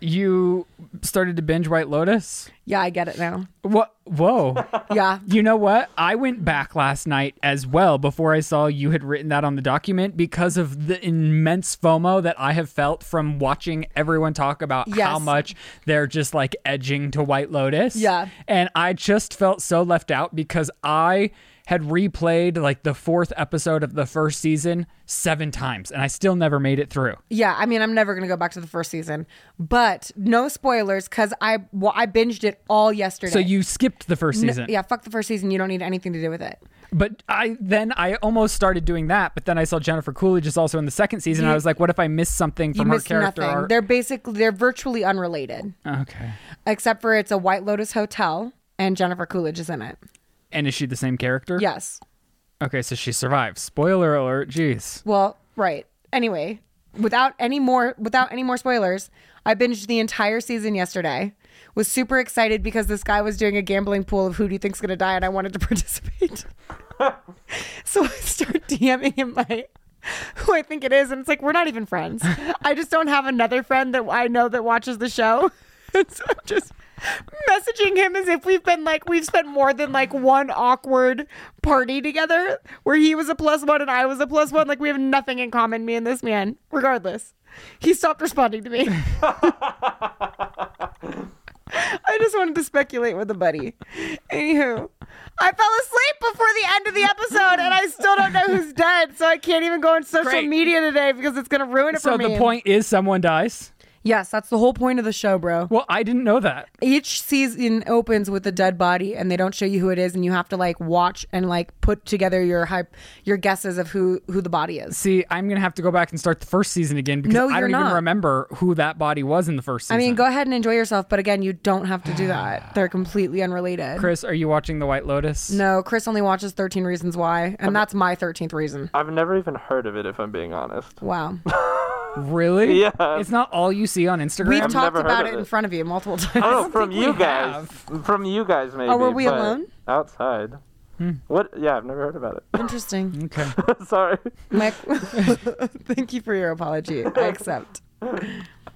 Speaker 2: you started to binge White Lotus.
Speaker 1: yeah, I get it now.
Speaker 2: What? Whoa.
Speaker 1: Yeah.
Speaker 2: You know what? I went back last night as well before I saw you had written that on the document because of the immense FOMO that I have felt from watching everyone talk about how
Speaker 1: Yes.
Speaker 2: much they're just like edging to White Lotus.
Speaker 1: Yeah.
Speaker 2: And I just felt so left out because I had replayed like the fourth episode of the first season seven times and I still never made it through.
Speaker 1: Yeah, I mean, I'm never gonna go back to the first season, but no spoilers because I well, I binged it all yesterday.
Speaker 2: So you skipped the first
Speaker 1: N-
Speaker 2: season.
Speaker 1: yeah, fuck the first season. You don't need anything to do with it.
Speaker 2: But I then I almost started doing that, but then I saw Jennifer Coolidge is also in the second season. I was like, what if I miss something
Speaker 1: You
Speaker 2: from her
Speaker 1: miss
Speaker 2: character
Speaker 1: nothing.
Speaker 2: arc?
Speaker 1: They're basically they're virtually unrelated,
Speaker 2: okay.
Speaker 1: except for it's a White Lotus hotel and Jennifer Coolidge is in it.
Speaker 2: And is she the same character?
Speaker 1: Yes.
Speaker 2: Okay, so she survives. Spoiler alert. Jeez.
Speaker 1: Well, right. Anyway, without any more without any more spoilers, I binged the entire season yesterday. Was super excited because this guy was doing a gambling pool of who do you think's gonna die, and I wanted to participate. so I start DMing him my who I think it is, and it's like we're not even friends. I just don't have another friend that I know that watches the show. And so I'm just messaging him as if we've been like we've spent more than like one awkward party together where he was a plus one and I was a plus one. Like we have nothing in common, me and this man, regardless. He stopped responding to me. I just wanted to speculate with a buddy. Anywho, I fell asleep before the end of the episode, and I still don't know who's dead, so I can't even go on social
Speaker 2: Great.
Speaker 1: media today because it's gonna ruin it
Speaker 2: So
Speaker 1: for me.
Speaker 2: the point is someone dies.
Speaker 1: yes, that's the whole point of the show, bro.
Speaker 2: Well, I didn't know that.
Speaker 1: Each season opens with a dead body, and they don't show you who it is, and you have to like watch and like put together your hype, your guesses of who who the body is.
Speaker 2: See, I'm gonna have to go back and start the first season again because
Speaker 1: No,
Speaker 2: I
Speaker 1: you're
Speaker 2: don't even
Speaker 1: not.
Speaker 2: remember who that body was in the first
Speaker 1: I
Speaker 2: season.
Speaker 1: mean, go ahead and enjoy yourself, but again, you don't have to do that. They're completely unrelated.
Speaker 2: Chris, are you watching The White Lotus?
Speaker 1: No, Chris only watches 13 Reasons Why, and that's my 13th reason.
Speaker 3: I've never even heard of it, if I'm being honest.
Speaker 1: Wow.
Speaker 2: Really?
Speaker 3: Yeah.
Speaker 2: It's not all you see on Instagram.
Speaker 1: We've
Speaker 3: I've
Speaker 1: talked
Speaker 3: never heard
Speaker 1: about
Speaker 3: of
Speaker 1: it in
Speaker 3: it.
Speaker 1: front of you multiple
Speaker 3: I
Speaker 1: times.
Speaker 3: don't know, Oh, from
Speaker 2: think
Speaker 3: you
Speaker 2: we
Speaker 3: guys. From you guys, maybe.
Speaker 1: Oh, were we
Speaker 3: but
Speaker 1: alone? Hmm.
Speaker 3: Outside. What? Yeah, I've never heard about it.
Speaker 1: Interesting.
Speaker 2: okay.
Speaker 3: Sorry.
Speaker 1: Mike, thank you for your apology. I accept.
Speaker 2: Um,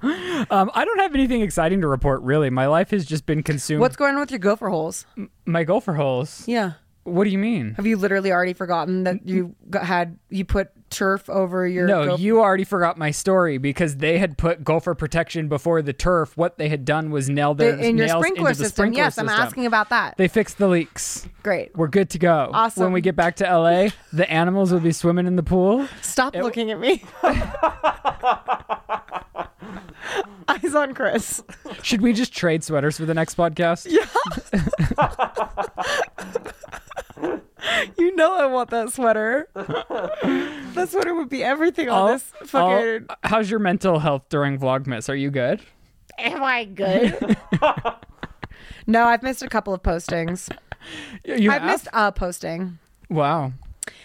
Speaker 2: I don't have anything exciting to report, really. My life has just been consumed.
Speaker 1: What's going on with your gopher holes?
Speaker 2: my gopher holes?
Speaker 1: Yeah.
Speaker 2: What do you mean?
Speaker 1: Have you literally already forgotten that you got, had you put turf over your?
Speaker 2: No,
Speaker 1: gopher-
Speaker 2: you already forgot my story because they had put gopher protection before the turf. What they had done was nail their
Speaker 1: in your
Speaker 2: nails
Speaker 1: sprinkler
Speaker 2: into the
Speaker 1: system.
Speaker 2: sprinkler
Speaker 1: yes, I'm
Speaker 2: system.
Speaker 1: asking about that.
Speaker 2: They fixed the leaks.
Speaker 1: Great.
Speaker 2: We're good to go.
Speaker 1: Awesome.
Speaker 2: When we get back to LA, the animals will be swimming in the pool.
Speaker 1: Stop looking at me. Eyes on Chris.
Speaker 2: Should we just trade sweaters for the next podcast?
Speaker 1: You know I want that sweater. that sweater would be everything on
Speaker 2: I'll-
Speaker 1: this fucking.
Speaker 2: I'll- how's your mental health during Vlogmas? Are you good?
Speaker 1: Am I good? no, I've missed a couple of postings.
Speaker 2: You- You
Speaker 1: I've
Speaker 2: have?
Speaker 1: missed a posting,
Speaker 2: Wow.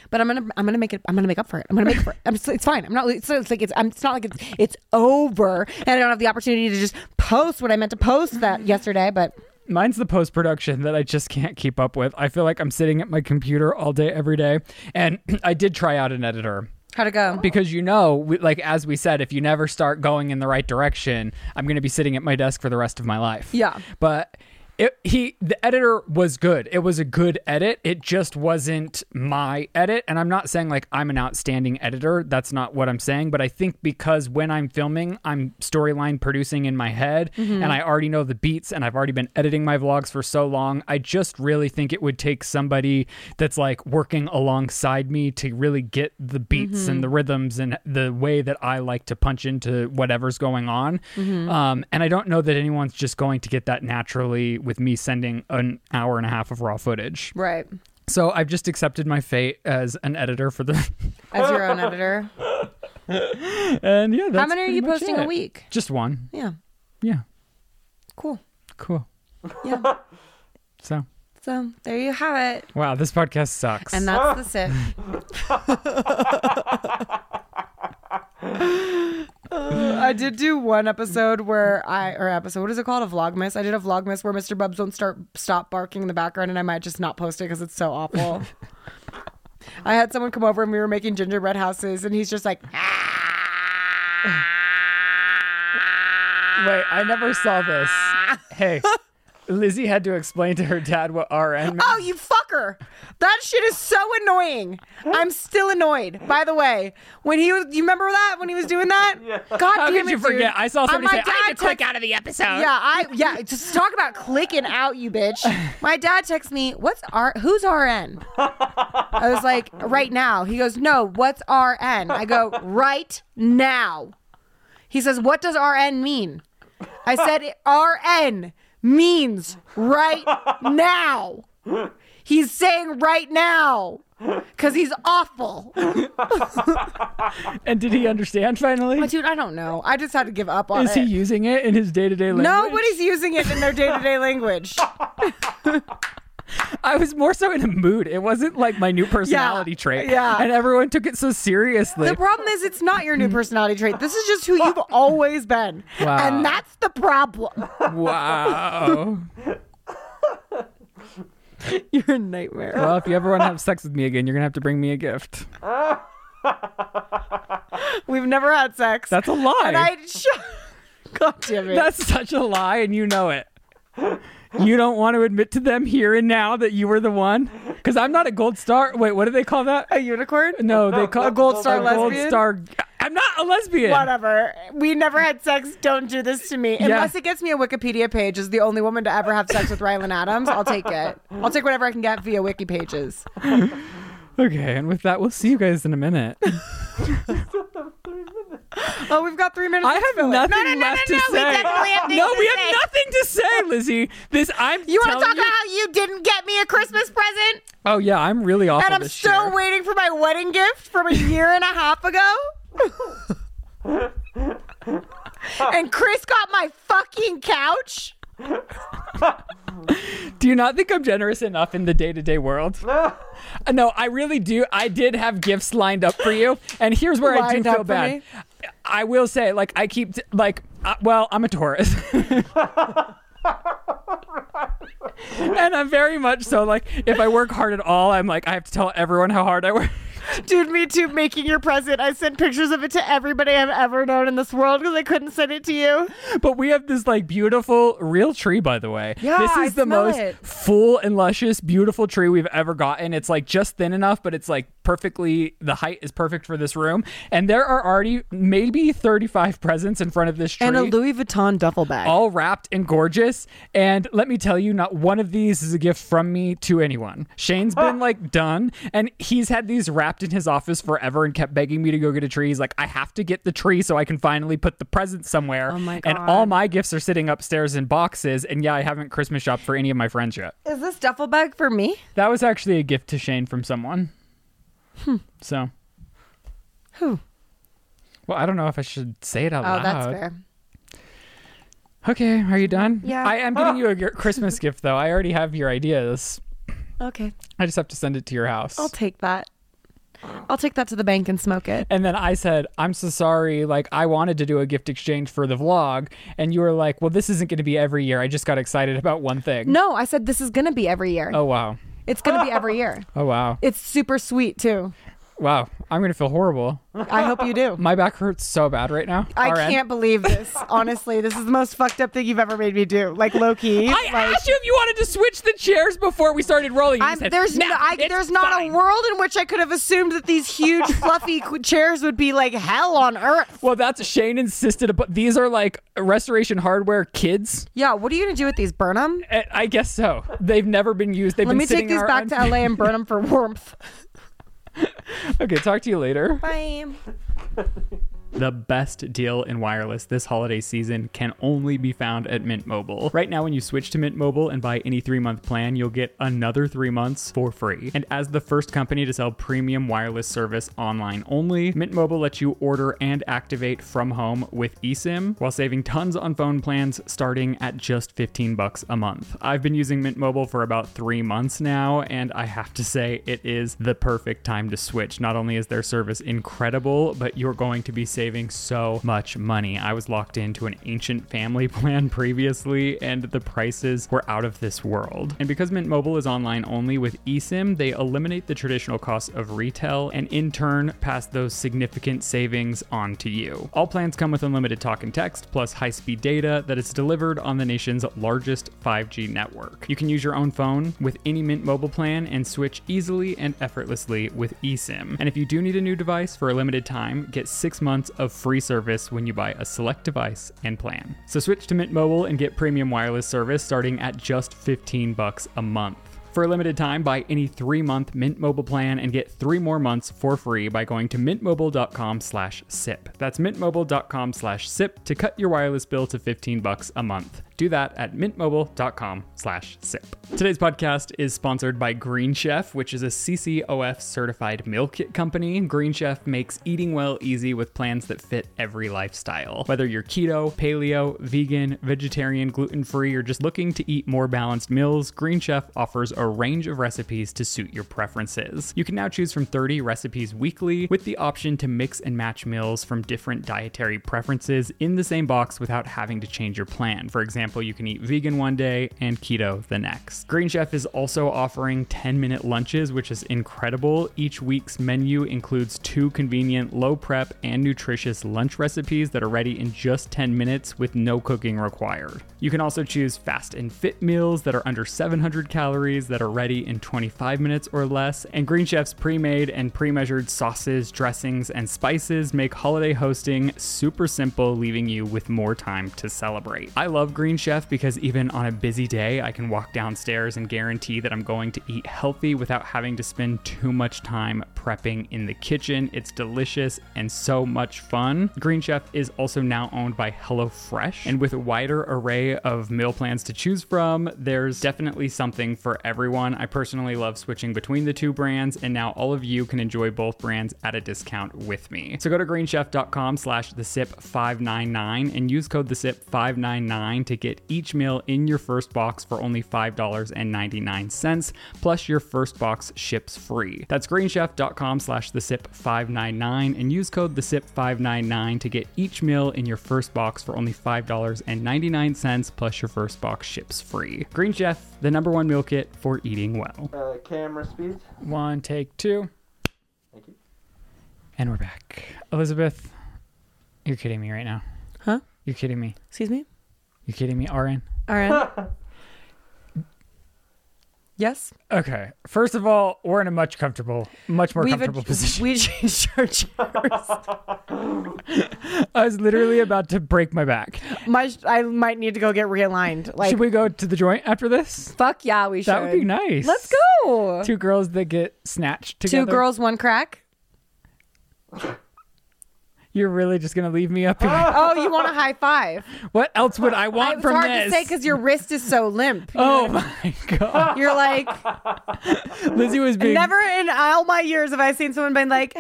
Speaker 1: but I'm gonna I'm gonna make it. I'm gonna make up for it. I'm gonna make up for it. I'm just, it's fine. I'm not. It's, it's like it's. I'm, it's not like it's it's over, and I don't have the opportunity to just post what I meant to post that yesterday. But
Speaker 2: Mine's the post production that I just can't keep up with. I feel like I'm sitting at my computer all day, every day. And I did try out an editor.
Speaker 1: how'd it go?
Speaker 2: because you know we, like as we said if you never start going in the right direction i'm going to be sitting at my desk for the rest of my life
Speaker 1: Yeah.
Speaker 2: but It, he the editor was good. It was a good edit. It just wasn't my edit. And I'm not saying like I'm an outstanding editor. That's not what I'm saying. But I think because when I'm filming, I'm storyline producing in my head, and I already know the beats, and I've already been editing my vlogs for so long. I just really think it would take somebody that's like working alongside me to really get the beats and the
Speaker 1: Mm-hmm.
Speaker 2: rhythms and the way that I like to punch into whatever's going on.
Speaker 1: Mm-hmm.
Speaker 2: Um, and I don't know that anyone's just going to get that naturally with me sending an hour and a half of raw footage.
Speaker 1: Right.
Speaker 2: So I've just accepted my fate as an editor for the.
Speaker 1: As your own editor.
Speaker 2: and yeah, that's
Speaker 1: How many are
Speaker 2: pretty
Speaker 1: you
Speaker 2: much
Speaker 1: posting a
Speaker 2: it.
Speaker 1: week?
Speaker 2: Just one.
Speaker 1: Yeah.
Speaker 2: Yeah.
Speaker 1: Cool.
Speaker 2: Cool.
Speaker 1: Yeah.
Speaker 2: So
Speaker 1: So there you have it.
Speaker 2: wow, this podcast sucks.
Speaker 1: And that's the sick. Uh, I did do one episode where I or episode what is it called a vlogmas? I did a vlogmas where Mr. Bubs won't start stop barking in the background, and I might just not post it because it's so awful. I had someone come over and we were making gingerbread houses, and he's just like,
Speaker 2: Wait, I never saw this.
Speaker 1: Ah.
Speaker 2: Hey, Lizzie had to explain to her dad what RN meant.
Speaker 1: "Oh, you fucker! That shit is so annoying. I'm still annoyed." By the way, when he was, you remember that when he was doing that? Yeah. God
Speaker 2: How
Speaker 1: damn
Speaker 2: could
Speaker 1: it,
Speaker 2: you
Speaker 1: dude.
Speaker 2: forget? I saw
Speaker 1: Uh,
Speaker 2: somebody
Speaker 1: my
Speaker 2: say, I
Speaker 1: dad
Speaker 2: had to click
Speaker 1: text-
Speaker 2: out of the episode.
Speaker 1: Yeah, I yeah. Just talk about clicking out, you bitch. My dad texts me, "What's R? Who's RN?" I was like, "Right now." He goes, "No, what's RN?" I go, "Right now." He says, "What does RN mean?" I said, "RN means right now." He's saying right now because he's awful.
Speaker 2: And did he understand finally?
Speaker 1: Dude, I don't know. I just had to give up on
Speaker 2: Is
Speaker 1: it.
Speaker 2: he using it in his day to day language?
Speaker 1: Nobody's using it in their day to day language.
Speaker 2: I was more so in a mood. It wasn't like my new personality trait.
Speaker 1: yeah.
Speaker 2: And everyone took it so seriously.
Speaker 1: The problem is, it's not your new personality trait. This is just who you've always been.
Speaker 2: Wow.
Speaker 1: And that's the problem.
Speaker 2: wow.
Speaker 1: You're a nightmare.
Speaker 2: well, if you ever want to have sex with me again, you're going to have to bring me a gift.
Speaker 1: We've never had sex.
Speaker 2: That's a lie.
Speaker 1: And I. Sh- God damn it.
Speaker 2: That's such a lie, and you know it. You don't want to admit to them here and now that you were the one, because I'm not a gold star. Wait, what do they call that?
Speaker 1: a unicorn?
Speaker 2: No, they call
Speaker 1: a gold star
Speaker 2: gold
Speaker 1: lesbian?
Speaker 2: star. I'm not a lesbian.
Speaker 1: Whatever. We never had sex. Don't do this to me. Unless it gets me a Wikipedia page as the only woman to ever have sex with Rylan Adams, I'll take it. I'll take whatever I can get via wiki pages.
Speaker 2: Okay, and with that, we'll see you guys in a minute.
Speaker 1: Oh, we've got three minutes.
Speaker 2: I
Speaker 1: to fill it.
Speaker 2: have nothing
Speaker 1: no, no, no,
Speaker 2: left
Speaker 1: no,
Speaker 2: to
Speaker 1: no,
Speaker 2: say.
Speaker 1: We definitely have things
Speaker 2: no,
Speaker 1: to
Speaker 2: we
Speaker 1: say.
Speaker 2: have nothing to say, Lizzie. This I'm.
Speaker 1: You want to talk
Speaker 2: telling
Speaker 1: about how you didn't get me a Christmas present?
Speaker 2: Oh yeah, I'm really awful.
Speaker 1: and I'm
Speaker 2: this
Speaker 1: still
Speaker 2: year.
Speaker 1: waiting for my wedding gift from a year and a half ago. and Chris got my fucking couch.
Speaker 2: Do you not think I'm generous enough in the day to day world?
Speaker 3: Uh,
Speaker 2: No. Uh, No, I really do. I did have gifts lined up for you. And here's where I do
Speaker 1: Lined up
Speaker 2: feel
Speaker 1: for
Speaker 2: bad.
Speaker 1: me?
Speaker 2: I will say, like, I keep, t- like, uh, well, I'm a Taurus. and I'm very much so, like, if I work hard at all, I'm like, I have to tell everyone how hard I work.
Speaker 1: Dude, me too, making your present. I sent pictures of it to everybody I've ever known in this world because I couldn't send it to you.
Speaker 2: But we have this like beautiful real tree, by the way.
Speaker 1: Yeah,
Speaker 2: this is
Speaker 1: I
Speaker 2: the
Speaker 1: smell
Speaker 2: most
Speaker 1: it.
Speaker 2: full and luscious, beautiful tree we've ever gotten. It's like just thin enough, but it's like perfectly. The height is perfect for this room, and there are already maybe thirty-five presents in front of this tree.
Speaker 1: Louis Vuitton duffel bag.
Speaker 2: all wrapped and gorgeous. And let me tell you, not one of these is a gift from me to anyone. Shane's been like done, and he's had these wrapped in his office forever and kept begging me to go get a tree. He's like, I have to get the tree so I can finally put the present somewhere. Oh
Speaker 1: my
Speaker 2: And
Speaker 1: God.
Speaker 2: all my gifts are sitting upstairs in boxes. And yeah, I haven't Christmas shopped for any of my friends yet.
Speaker 1: Oh. Is this duffel bag for me?
Speaker 2: That was actually a gift to Shane from someone. So,
Speaker 1: Hmm. Who?
Speaker 2: well, I don't know if I should say it out
Speaker 1: Oh,
Speaker 2: loud.
Speaker 1: that's fair.
Speaker 2: Okay, are you done?
Speaker 1: Yeah. Ah.
Speaker 2: I am getting you a g- Christmas gift, though. I already have your ideas.
Speaker 1: Okay,
Speaker 2: I just have to send it to your house.
Speaker 1: I'll take that. I'll take that to the bank and smoke it.
Speaker 2: and then I said, I'm so sorry. Like, I wanted to do a gift exchange for the vlog. And you were like, well, this isn't going to be every year. I just got excited about one thing.
Speaker 1: No, I said this is gonna be every year.
Speaker 2: Oh, wow.
Speaker 1: It's gonna be every year.
Speaker 2: Oh, wow.
Speaker 1: It's super sweet too.
Speaker 2: Wow, I'm gonna feel horrible.
Speaker 1: I hope you do.
Speaker 2: My back hurts so bad right now.
Speaker 1: I
Speaker 2: RN.
Speaker 1: can't believe this. Honestly, this is the most fucked up thing you've ever made me do. Like low key.
Speaker 2: I asked you if you wanted to switch the chairs before we started rolling. You
Speaker 1: I'm,
Speaker 2: said,
Speaker 1: there's
Speaker 2: "No,
Speaker 1: no, I,
Speaker 2: it's
Speaker 1: there's not
Speaker 2: fine."
Speaker 1: a world in which I could have assumed that these huge fluffy qu- chairs would be like hell on earth.
Speaker 2: Well, that's Shane insisted upon. These are like restoration hardware kids.
Speaker 1: Yeah, what are you gonna do with these? Burn them?
Speaker 2: I I guess so. They've never been used. They've
Speaker 1: Let
Speaker 2: been
Speaker 1: me take
Speaker 2: sitting
Speaker 1: these
Speaker 2: in our
Speaker 1: back to
Speaker 2: un-
Speaker 1: LA and burn them for warmth.
Speaker 2: okay, talk to you later.
Speaker 1: Bye.
Speaker 2: The best deal in wireless this holiday season can only be found at Mint Mobile. Right now, when you switch to Mint Mobile and buy any three month plan, you'll get another three months for free. And as the first company to sell premium wireless service online only, Mint Mobile lets you order and activate from home with eSIM while saving tons on phone plans starting at just 15 bucks a month. I've been using Mint Mobile for about three months now, and I have to say it is the perfect time to switch. Not only is their service incredible, but you're going to be saving so much money. I was locked into an ancient family plan previously, and the prices were out of this world. And because Mint Mobile is online only with eSIM, they eliminate the traditional costs of retail and in turn pass those significant savings on to you. All plans come with unlimited talk and text, plus high speed data that is delivered on the nation's largest 5G network. You can use your own phone with any Mint Mobile plan and switch easily and effortlessly with eSIM. And if you do need a new device for a limited time, get six months of free service when you buy a select device and plan. So switch to Mint Mobile and get premium wireless service starting at just 15 bucks a month. For a limited time, buy any three-month Mint Mobile plan and get three more months for free by going to mintmobile.com slash sip. That's mintmobile.com slash sip to cut your wireless bill to 15 bucks a month. Do that at mintmobile.com slash sip. Today's podcast is sponsored by Green Chef, which is a CCOF certified meal kit company. Green Chef makes eating well easy with plans that fit every lifestyle. Whether you're keto, paleo, vegan, vegetarian, gluten free, or just looking to eat more balanced meals, Green Chef offers a range of recipes to suit your preferences. You can now choose from 30 recipes weekly with the option to mix and match meals from different dietary preferences in the same box without having to change your plan. For example, you can eat vegan one day and keto the next. Green Chef is also offering 10 minute lunches, which is incredible. Each week's menu includes two convenient, low prep, and nutritious lunch recipes that are ready in just 10 minutes with no cooking required. You can also choose fast and fit meals that are under 700 calories that are ready in 25 minutes or less. And Green Chef's pre made and pre measured sauces, dressings, and spices make holiday hosting super simple, leaving you with more time to celebrate. I love Green Chef because even on a busy day, I can walk downstairs and guarantee that I'm going to eat healthy without having to spend too much time prepping in the kitchen. It's delicious and so much fun. Green Chef is also now owned by HelloFresh, and with a wider array of meal plans to choose from, there's definitely something for everyone. I personally love switching between the two brands, and now all of you can enjoy both brands at a discount with me. So go to greenchef.com slash the sip 599 and use code the sip 599 to get each meal in your first box for only $5.99 plus your first box ships free that's greenchef.com slash the sip 599 and use code the sip 599 to get each meal in your first box for only $5.99 plus your first box ships free green chef the number one meal kit for eating well
Speaker 3: Uh, camera speed.
Speaker 2: one take two
Speaker 3: Thank you.
Speaker 2: and we're back elizabeth you're kidding me right now
Speaker 1: Huh?
Speaker 2: you're kidding me
Speaker 1: Excuse me.
Speaker 2: you're kidding me rn
Speaker 1: All right. yes.
Speaker 2: Okay. First of all, we're in a much comfortable, much more comfortable
Speaker 1: ad-
Speaker 2: position.
Speaker 1: we changed our chairs.
Speaker 2: I was literally about to break my back.
Speaker 1: My, I might need to go get realigned. Like,
Speaker 2: Should we go to the joint after this?
Speaker 1: fuck yeah, we should.
Speaker 2: That would be nice.
Speaker 1: Let's go.
Speaker 2: Two girls that get snatched
Speaker 1: Two
Speaker 2: together.
Speaker 1: girls, one crack.
Speaker 2: You're really just gonna leave me up here?
Speaker 1: Oh, you want a high five?
Speaker 2: what else would I want
Speaker 1: It's
Speaker 2: from
Speaker 1: hard
Speaker 2: this?
Speaker 1: to say because your wrist is so limp.
Speaker 2: oh my god,
Speaker 1: You're like,
Speaker 2: Lizzie was being.
Speaker 1: never in all my years have I seen someone been like,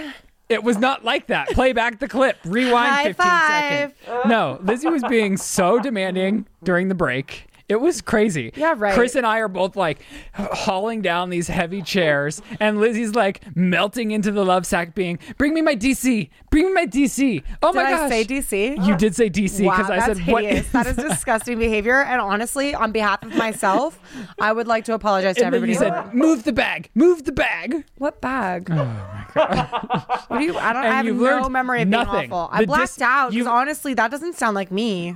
Speaker 2: It was not like that. Play back the clip. Rewind
Speaker 1: High
Speaker 2: 15 seconds. No, Lizzie was being so demanding during the break. It was crazy.
Speaker 1: Yeah, right.
Speaker 2: Chris and I are both like hauling down these heavy chairs, and Lizzie's like melting into the love sack, being, "Bring me my DC, bring me my DC." Oh
Speaker 1: Did
Speaker 2: my
Speaker 1: I
Speaker 2: gosh,
Speaker 1: say DC?
Speaker 2: You did say DC
Speaker 1: Wow,
Speaker 2: because I
Speaker 1: that's
Speaker 2: said what
Speaker 1: hideous.
Speaker 2: is
Speaker 1: that is disgusting behavior. And honestly, on behalf of myself, I would like to apologize to
Speaker 2: And then
Speaker 1: everybody.
Speaker 2: you said, "Move the bag, move the bag."
Speaker 1: what bag? Oh my god! what do you? I don't.
Speaker 2: And
Speaker 1: I have
Speaker 2: you've
Speaker 1: no
Speaker 2: learned
Speaker 1: memory of being
Speaker 2: nothing.
Speaker 1: awful. I
Speaker 2: The
Speaker 1: blacked
Speaker 2: dis-
Speaker 1: out because
Speaker 2: you-
Speaker 1: honestly, that doesn't sound like me.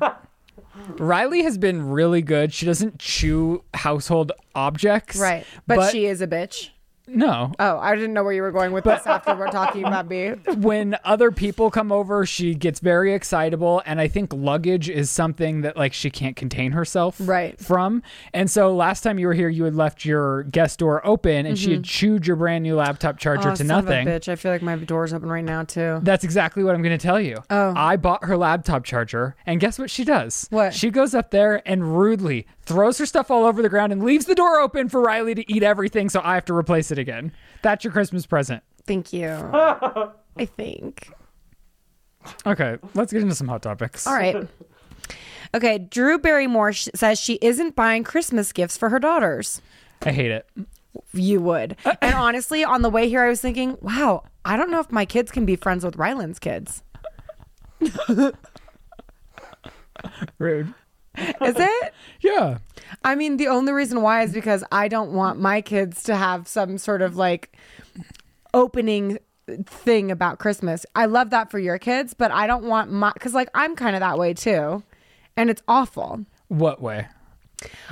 Speaker 2: Riley has been really good. She doesn't chew household objects,
Speaker 1: right, but, she is a bitch.
Speaker 2: no.
Speaker 1: Oh, I didn't know where you were going with this after we're talking about me.
Speaker 2: when other people come over, she gets very excitable, and I think luggage is something that like she can't contain herself
Speaker 1: Right.
Speaker 2: from. And so last time you were here, you had left your guest door open, and she had chewed your brand new laptop charger
Speaker 1: Oh,
Speaker 2: to
Speaker 1: Mm-hmm. son of a
Speaker 2: nothing.
Speaker 1: bitch. I feel like my door's open right now too.
Speaker 2: That's exactly what I'm going to tell you.
Speaker 1: Oh.
Speaker 2: I bought her laptop charger, and guess what she does?
Speaker 1: What?
Speaker 2: She goes up there and rudely throws her stuff all over the ground and leaves the door open for Riley to eat everything, so I have to replace it again. That's your Christmas present.
Speaker 1: Thank you. I think.
Speaker 2: Okay, let's get into some hot topics.
Speaker 1: All right. Okay, Drew Barrymore sh- says she isn't buying Christmas gifts for her daughters.
Speaker 2: I hate it.
Speaker 1: You would. And honestly, on the way here, I was thinking, wow, I don't know if my kids can be friends with Ryland's kids.
Speaker 2: Rude.
Speaker 1: Is it?
Speaker 2: Yeah.
Speaker 1: I mean, the only reason why is because I don't want my kids to have some sort of like opening thing about Christmas. I love that for your kids, but I don't want my, because like I'm kind of that way too. And it's awful.
Speaker 2: What way?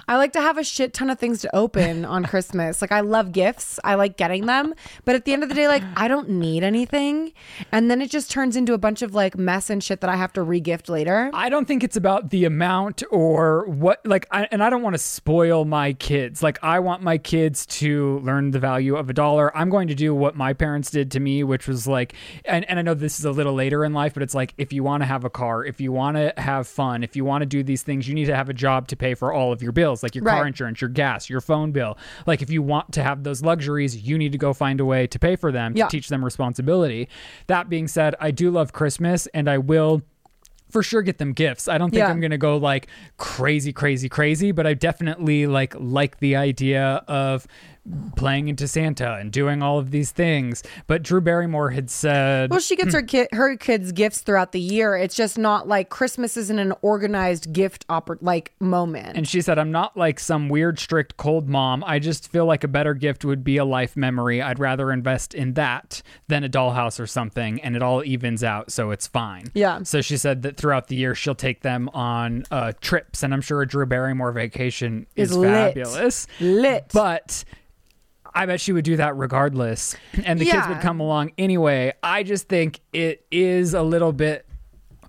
Speaker 1: I like to have a shit ton of things to open on Christmas. Like I love gifts. I like getting them, but at the end of the day like I don't need anything. And then it just turns into a bunch of like mess and shit that I have to regift later.
Speaker 2: I don't think it's about the amount or what, like, I, and I don't want to spoil my kids. Like, I want my kids to learn the value of a dollar. I'm going to do what my parents did to me, which was like, and, and I know this is a little later in life, but it's like, if you want to have a car, if you want to have fun, if you want to do these things, you need to have a job to pay for all of your bills, like your car
Speaker 1: Right.
Speaker 2: insurance, your gas, your phone bill. Like, if you want to have those luxuries, you need to go find a way to pay for them, to
Speaker 1: Yeah.
Speaker 2: teach them responsibility. That being said, I do love Christmas and I will for sure get them gifts. I don't think
Speaker 1: Yeah.
Speaker 2: I'm gonna go like crazy, crazy, crazy, but I definitely like like the idea of playing into Santa and doing all of these things. But Drew Barrymore had said
Speaker 1: Well, she gets her kid her kids gifts throughout the year. It's just not like Christmas isn't an organized gift oppor- like moment.
Speaker 2: and she said, I'm not like some weird, strict, cold mom. I just feel like a better gift would be a life memory. I'd rather invest in that than a dollhouse or something, and it all evens out, so it's fine.
Speaker 1: Yeah.
Speaker 2: So she said that throughout the year, she'll take them on uh, trips, and I'm sure a Drew Barrymore vacation is,
Speaker 1: Is lit.
Speaker 2: fabulous.
Speaker 1: Lit.
Speaker 2: But I bet she would do that regardless. And the kids
Speaker 1: Yeah.
Speaker 2: would come along anyway. I just think it is a little bit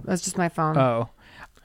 Speaker 1: That's just my phone.
Speaker 2: oh.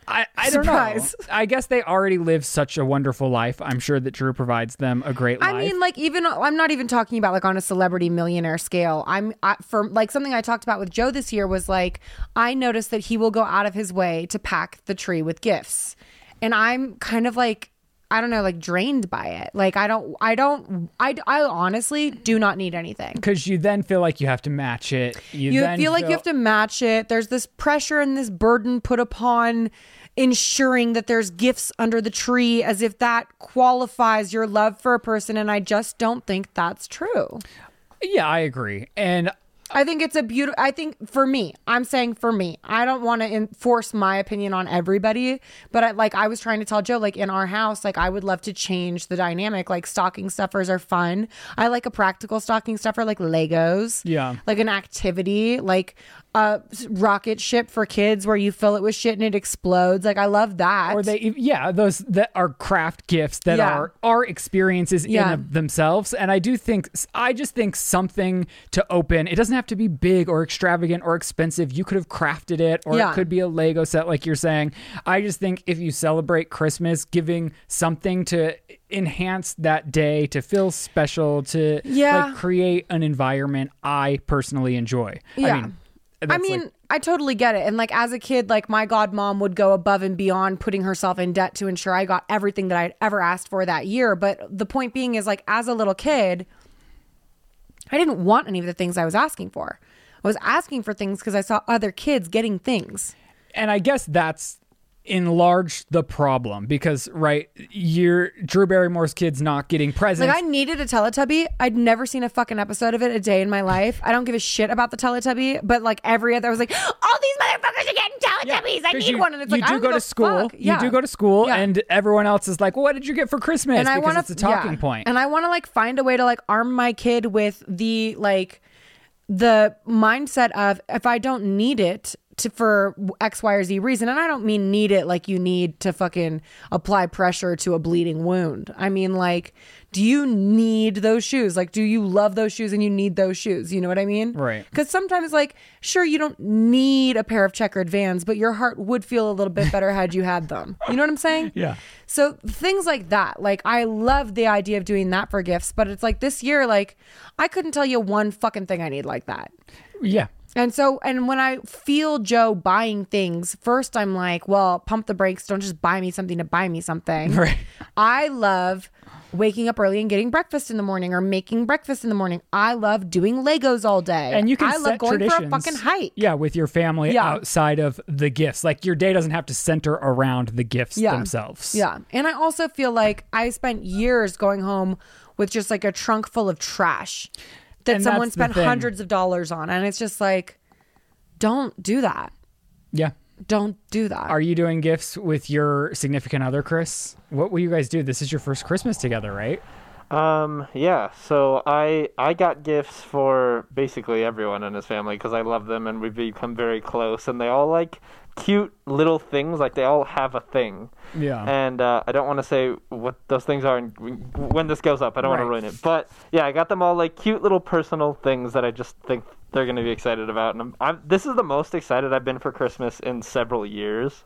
Speaker 2: I, I don't
Speaker 1: Surprise.
Speaker 2: know. I guess they already live such a wonderful life. I'm sure that Drew provides them a great
Speaker 1: I
Speaker 2: life.
Speaker 1: mean, like even I'm not even talking about like on a celebrity millionaire scale. I'm I, for like something I talked about with Joe this year was like I noticed that he will go out of his way to pack the tree with gifts, and I'm kind of like I don't know, like drained by it. Like I don't, I don't, I, I honestly do not need anything.
Speaker 2: because you then feel like you have to match it. You,
Speaker 1: you
Speaker 2: then
Speaker 1: feel like you have to match it. There's this pressure and this burden put upon ensuring that there's gifts under the tree as if that qualifies your love for a person. And I just don't think that's true.
Speaker 2: Yeah, I agree. And
Speaker 1: I think it's a beautiful, I think for me, I'm saying for me, I don't want to enforce my opinion on everybody, but I, like I was trying to tell Joe, like in our house, like I would love to change the dynamic. Like stocking stuffers are fun. I like a practical stocking stuffer, like Legos
Speaker 2: Yeah.
Speaker 1: like an activity, like a s- rocket ship for kids where you fill it with shit and it explodes. Like I love that.
Speaker 2: or they yeah those that are craft gifts that
Speaker 1: Yeah.
Speaker 2: are are experiences in
Speaker 1: Yeah.
Speaker 2: of themselves and i do think i just think something to open it doesn't have to be big or extravagant or expensive you could have crafted it or
Speaker 1: Yeah.
Speaker 2: it could be a lego set like you're saying i just think if you celebrate christmas giving something to enhance that day to feel special to
Speaker 1: Yeah.
Speaker 2: like create an environment i personally enjoy
Speaker 1: Yeah.
Speaker 2: i mean that's
Speaker 1: I
Speaker 2: like-
Speaker 1: mean, I totally get it. And like as a kid, like my godmom would go above and beyond putting herself in debt to ensure I got everything that I'd ever asked for that year. But the point being is like as a little kid, I didn't want any of the things I was asking for. I was asking for things because I saw other kids getting things.
Speaker 2: and I guess that's enlarged the problem because right, you're Drew Barrymore's kid's not getting presents.
Speaker 1: Like I needed a Teletubby. I'd never seen a fucking episode of it a day in my life. I don't give a shit about the Teletubby, but like every other, I was like, all these motherfuckers are getting Teletubbies. I
Speaker 2: 'Cause
Speaker 1: need
Speaker 2: you,
Speaker 1: one, and it's
Speaker 2: you
Speaker 1: like I
Speaker 2: do
Speaker 1: don't
Speaker 2: go
Speaker 1: give
Speaker 2: to
Speaker 1: a
Speaker 2: school.
Speaker 1: fuck. Yeah.
Speaker 2: You do go to school,
Speaker 1: Yeah.
Speaker 2: and everyone else is like, "What did you get for Christmas?"
Speaker 1: and I
Speaker 2: because
Speaker 1: want
Speaker 2: it's a talking point.
Speaker 1: And I want to like find a way to like arm my kid with the like the mindset of if I don't need it to for X, Y, or Z reason, and I don't mean need it like you need to fucking apply pressure to a bleeding wound. I mean like, do you need those shoes? Like, do you love those shoes and you need those shoes? You know what I mean?
Speaker 2: Right.
Speaker 1: Because sometimes like, sure, you don't need a pair of checkered vans, but your heart would feel a little bit better had you had them. You know what I'm saying?
Speaker 2: Yeah.
Speaker 1: So things like that. Like I love the idea of doing that for gifts, but it's like this year, like I couldn't tell you one fucking thing I need like that.
Speaker 2: yeah,
Speaker 1: And so, and when I feel Joe buying things, first I'm like, well, pump the brakes. Don't just buy me something to buy me something.
Speaker 2: Right.
Speaker 1: I love waking up early and getting breakfast in the morning or making breakfast in the morning. I love doing Legos all day.
Speaker 2: and you can
Speaker 1: I
Speaker 2: set
Speaker 1: love going for a
Speaker 2: traditions,
Speaker 1: fucking hike.
Speaker 2: Yeah, with your family
Speaker 1: Yeah.
Speaker 2: outside of the gifts. Like your day doesn't have to center around the gifts themselves.
Speaker 1: Yeah. And I also feel like I spent years going home with just like a trunk full of trash that
Speaker 2: And
Speaker 1: someone
Speaker 2: that's the
Speaker 1: spent
Speaker 2: thing.
Speaker 1: hundreds of dollars on. And it's just like, don't do that.
Speaker 2: Yeah.
Speaker 1: Don't do that.
Speaker 2: Are you doing gifts with your significant other, Chris? What will you guys do? This is your first Christmas together, right?
Speaker 3: Um, yeah, so I I got gifts for basically everyone in his family because I love them and we've become very close and they all like cute little things like they all have a thing.
Speaker 2: Yeah.
Speaker 3: And uh, I don't want to say what those things are and when this goes up. I don't want
Speaker 2: Right.
Speaker 3: to ruin it. But yeah, I got them all like cute little personal things that I just think they're going to be excited about and I'm, I'm this is the most excited I've been for Christmas in several years.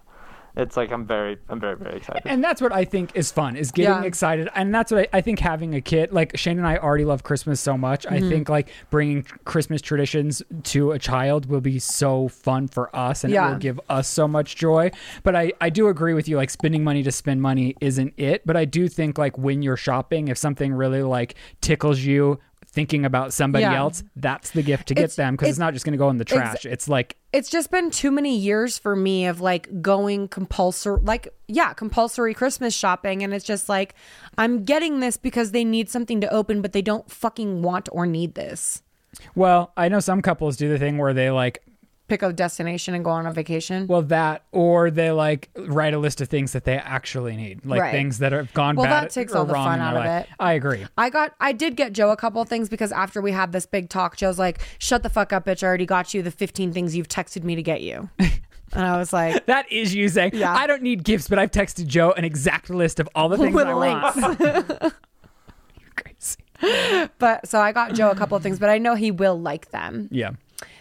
Speaker 3: It's like I'm very I'm very very excited.
Speaker 2: And that's what I think is fun is getting
Speaker 1: Yeah.
Speaker 2: excited. And that's what I, I think having a kid, like Shane and I already love Christmas so much.
Speaker 1: Mm-hmm.
Speaker 2: I think like bringing Christmas traditions to a child will be so fun for us and it
Speaker 1: Yeah.
Speaker 2: will give us so much joy. But I, I do agree with you, like spending money to spend money isn't it. But I do think like when you're shopping, if something really like tickles you, thinking about somebody
Speaker 1: Yeah.
Speaker 2: else, that's the gift to get
Speaker 1: It's-
Speaker 2: them because it's,
Speaker 1: it's-
Speaker 2: not just going to go in the trash. it's like,
Speaker 1: it's just been too many years for me of like going compulsory like yeah compulsory christmas shopping and it's just like i'm getting this because they need something to open but they don't fucking want or need this
Speaker 2: well, I know some couples do the thing where they like
Speaker 1: pick a destination and go on a vacation
Speaker 2: Well, that or they like write a list of things that they actually need, like
Speaker 1: Right.
Speaker 2: things that have gone
Speaker 1: Well,
Speaker 2: bad
Speaker 1: that takes
Speaker 2: or
Speaker 1: all the
Speaker 2: wrong
Speaker 1: fun
Speaker 2: in their
Speaker 1: out of
Speaker 2: life.
Speaker 1: it.
Speaker 2: I agree.
Speaker 1: I got I did get Joe a couple of things because after we had this big talk, Joe's like, "Shut the fuck up, bitch! I already got you the 15 things you've texted me to get you." and I was like,
Speaker 2: That is you saying,
Speaker 1: Yeah.
Speaker 2: I don't need gifts, but I've texted Joe an exact list of all the things
Speaker 1: With
Speaker 2: I want. You're crazy.
Speaker 1: "But so I got Joe a couple of things, but I know he will like them."
Speaker 2: Yeah.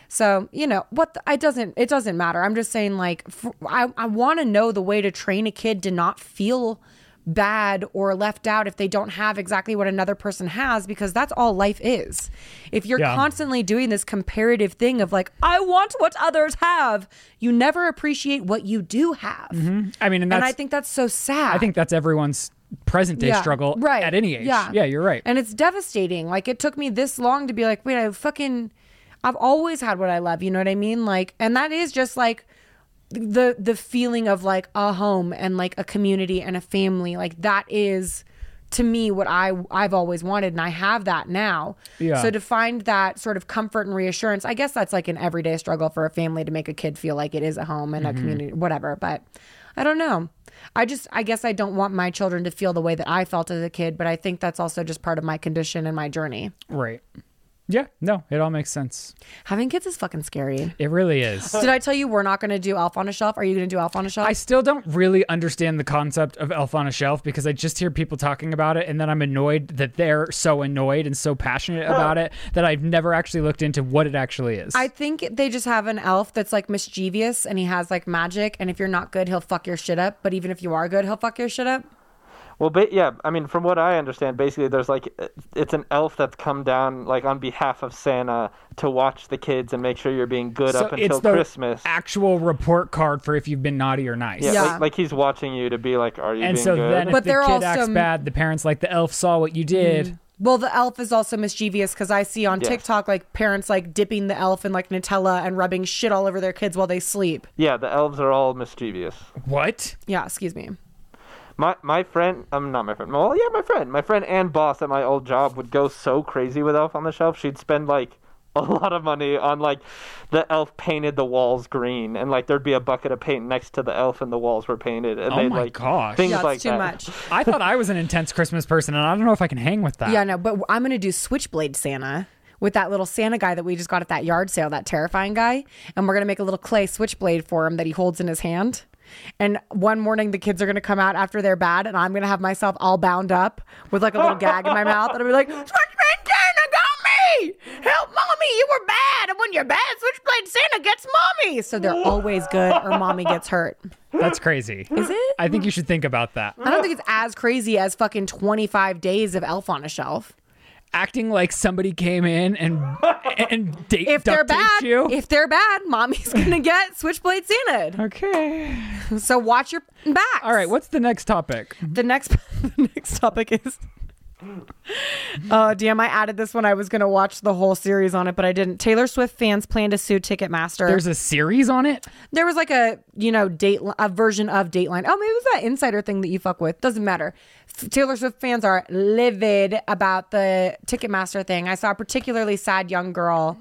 Speaker 1: So you know what? The, it doesn't it doesn't matter. I'm just saying like f I I I want to know the way to train a kid to not feel bad or left out if they don't have exactly what another person has because that's all life is. If you're
Speaker 2: Yeah.
Speaker 1: constantly doing this comparative thing of like I want what others have, you never appreciate what you do have.
Speaker 2: I mean, and Mm-hmm. that's
Speaker 1: And I think that's so sad.
Speaker 2: I think that's everyone's present day struggle at any age.
Speaker 1: Yeah.
Speaker 2: you're right.
Speaker 1: And it's devastating. Like it took me this long to be like, wait, I fucking I've always had what I love, you know what I mean? Like and that is just like the the feeling of like a home and like a community and a family. Like that is to me what I I've always wanted and I have that now.
Speaker 2: Yeah.
Speaker 1: So to find that sort of comfort and reassurance, I guess that's like an everyday struggle for a family to make a kid feel like it is a home and a community whatever, but I don't know. I just I guess I don't want my children to feel the way that I felt as a kid, but I think that's also just part of my condition and my journey.
Speaker 2: right. Yeah. No, it all makes sense.
Speaker 1: Having kids is fucking scary.
Speaker 2: It really is.
Speaker 1: Did I tell you we're not going to do Elf on a Shelf? Are you going to do Elf on a Shelf?
Speaker 2: I still don't really understand the concept of Elf on a Shelf because I just hear people talking about it and then I'm annoyed that they're so annoyed and so passionate about it that I've never actually looked into what it actually is.
Speaker 1: I think they just have an elf that's like mischievous and he has like magic. And if you're not good, he'll fuck your shit up. But even if you are good, he'll fuck your shit up.
Speaker 3: Well, ba- yeah, I mean, from what I understand, basically, there's like it- it's an elf that's come down like on behalf of Santa to watch the kids and make sure you're being good
Speaker 2: so
Speaker 3: up
Speaker 2: it's
Speaker 3: until
Speaker 2: the
Speaker 3: Christmas.
Speaker 2: actual report card for if you've been naughty or nice.
Speaker 3: yeah,
Speaker 1: Yeah.
Speaker 3: Like, like he's watching you to be like, are you
Speaker 2: And
Speaker 3: being
Speaker 2: so
Speaker 3: good?
Speaker 2: then if
Speaker 1: But
Speaker 2: the
Speaker 1: they're Mm.
Speaker 2: kid
Speaker 1: also-
Speaker 2: acts bad, the parents like the elf saw what you did.
Speaker 1: Well, the elf is also mischievous because I see on
Speaker 3: Yes.
Speaker 1: TikTok like parents like dipping the elf in like Nutella and rubbing shit all over their kids while they sleep.
Speaker 3: Yeah, the elves are all mischievous.
Speaker 2: What?
Speaker 1: Yeah, excuse me.
Speaker 3: My my friend, I'm not my friend. Well, yeah, my friend, my friend and boss at my old job would go so crazy with Elf on the Shelf. She'd spend like a lot of money on like the elf painted the walls green, and like there'd be a bucket of paint next to the elf, and the walls were painted. And
Speaker 2: Oh
Speaker 3: they'd,
Speaker 2: my
Speaker 3: like,
Speaker 2: gosh.
Speaker 3: things
Speaker 1: Yeah, it's
Speaker 3: like
Speaker 1: too
Speaker 3: that.
Speaker 1: much.
Speaker 2: I thought I was an intense Christmas person, and I don't know if I can hang with that.
Speaker 1: Yeah, no, but I'm gonna do Switchblade Santa with that little Santa guy that we just got at that yard sale, that terrifying guy, and we're gonna make a little clay switchblade for him that he holds in his hand. And one morning, the kids are gonna come out after they're bad, and I'm gonna have myself all bound up with like a little gag in my mouth, and I'll be like, Switchblade Santa got me! Help, mommy! You were bad, and when you're bad, Switchblade Santa gets mommy. So they're always good, or mommy gets hurt.
Speaker 2: That's crazy. Is
Speaker 1: it?
Speaker 2: I think you should think about that.
Speaker 1: I don't think it's as crazy as fucking 25 days of Elf on a Shelf.
Speaker 2: Acting like somebody came in and and date
Speaker 1: if they're
Speaker 2: duct taped
Speaker 1: bad,
Speaker 2: you.
Speaker 1: if they're bad, mommy's gonna get switchblade Santa.
Speaker 2: okay.
Speaker 1: So watch your back.
Speaker 2: All right. What's the next topic?
Speaker 1: the next the next topic is. Oh damn! I added this one. I was gonna watch the whole series on it, but I didn't. Taylor Swift fans plan to sue Ticketmaster.
Speaker 2: There's a series on it.
Speaker 1: there was like a you know date a version of Dateline. Oh, maybe it was that insider thing that you fuck with. Doesn't matter. F- Taylor Swift fans are livid about the Ticketmaster thing. I saw a particularly sad young girl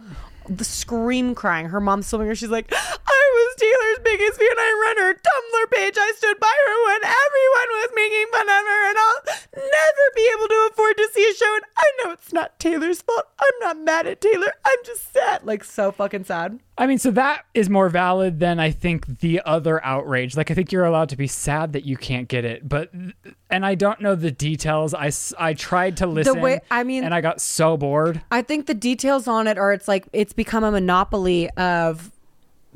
Speaker 1: the scream crying. Her mom's filming her. She's like, "I was Taylor's biggest fan. I ran her Tumblr page. I stood by her when everyone was making fun of her, and I'll never be able to afford to see a show. And I know it's not Taylor's fault. I'm not mad at Taylor. I'm just sad. Like so fucking sad."
Speaker 2: I mean, so that is more valid than I think the other outrage. Like, I think you're allowed to be sad that you can't get it, but and I don't know the details. I s- I tried to listen.
Speaker 1: way- I mean-
Speaker 2: and I got so bored.
Speaker 1: I think the details on it are it's like it's become a monopoly of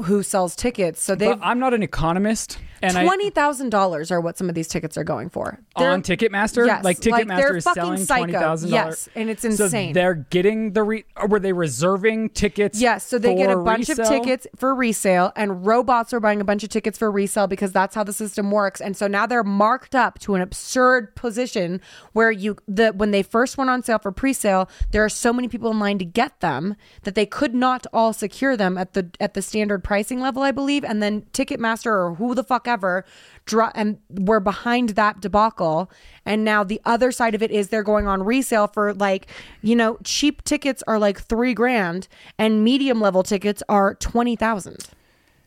Speaker 1: who sells tickets. So they've
Speaker 2: But I'm not an economist, and
Speaker 1: twenty thousand dollars are what some of these tickets are going for.
Speaker 2: I on Ticketmaster,
Speaker 1: yes,
Speaker 2: like
Speaker 1: like,
Speaker 2: Ticketmaster
Speaker 1: they're
Speaker 2: is
Speaker 1: fucking
Speaker 2: selling
Speaker 1: psycho.
Speaker 2: twenty thousand
Speaker 1: Yes, and it's insane.
Speaker 2: So they're getting the re- or were they reserving tickets?
Speaker 1: Yes, so they get a
Speaker 2: for
Speaker 1: bunch of
Speaker 2: resale?
Speaker 1: tickets for resale, and robots are buying a bunch of tickets for resale because that's how the system works. And so now they're marked up to an absurd position where you the when they first went on sale for pre-sale, there are so many people in line to get them that they could not all secure them at the at the standard pricing level, I believe. And then Ticketmaster or who the fuck ever dro- and we're behind that debacle. And now the other side of it is they're going on resale for like, you know, cheap tickets are like three grand and medium level tickets are 20,000.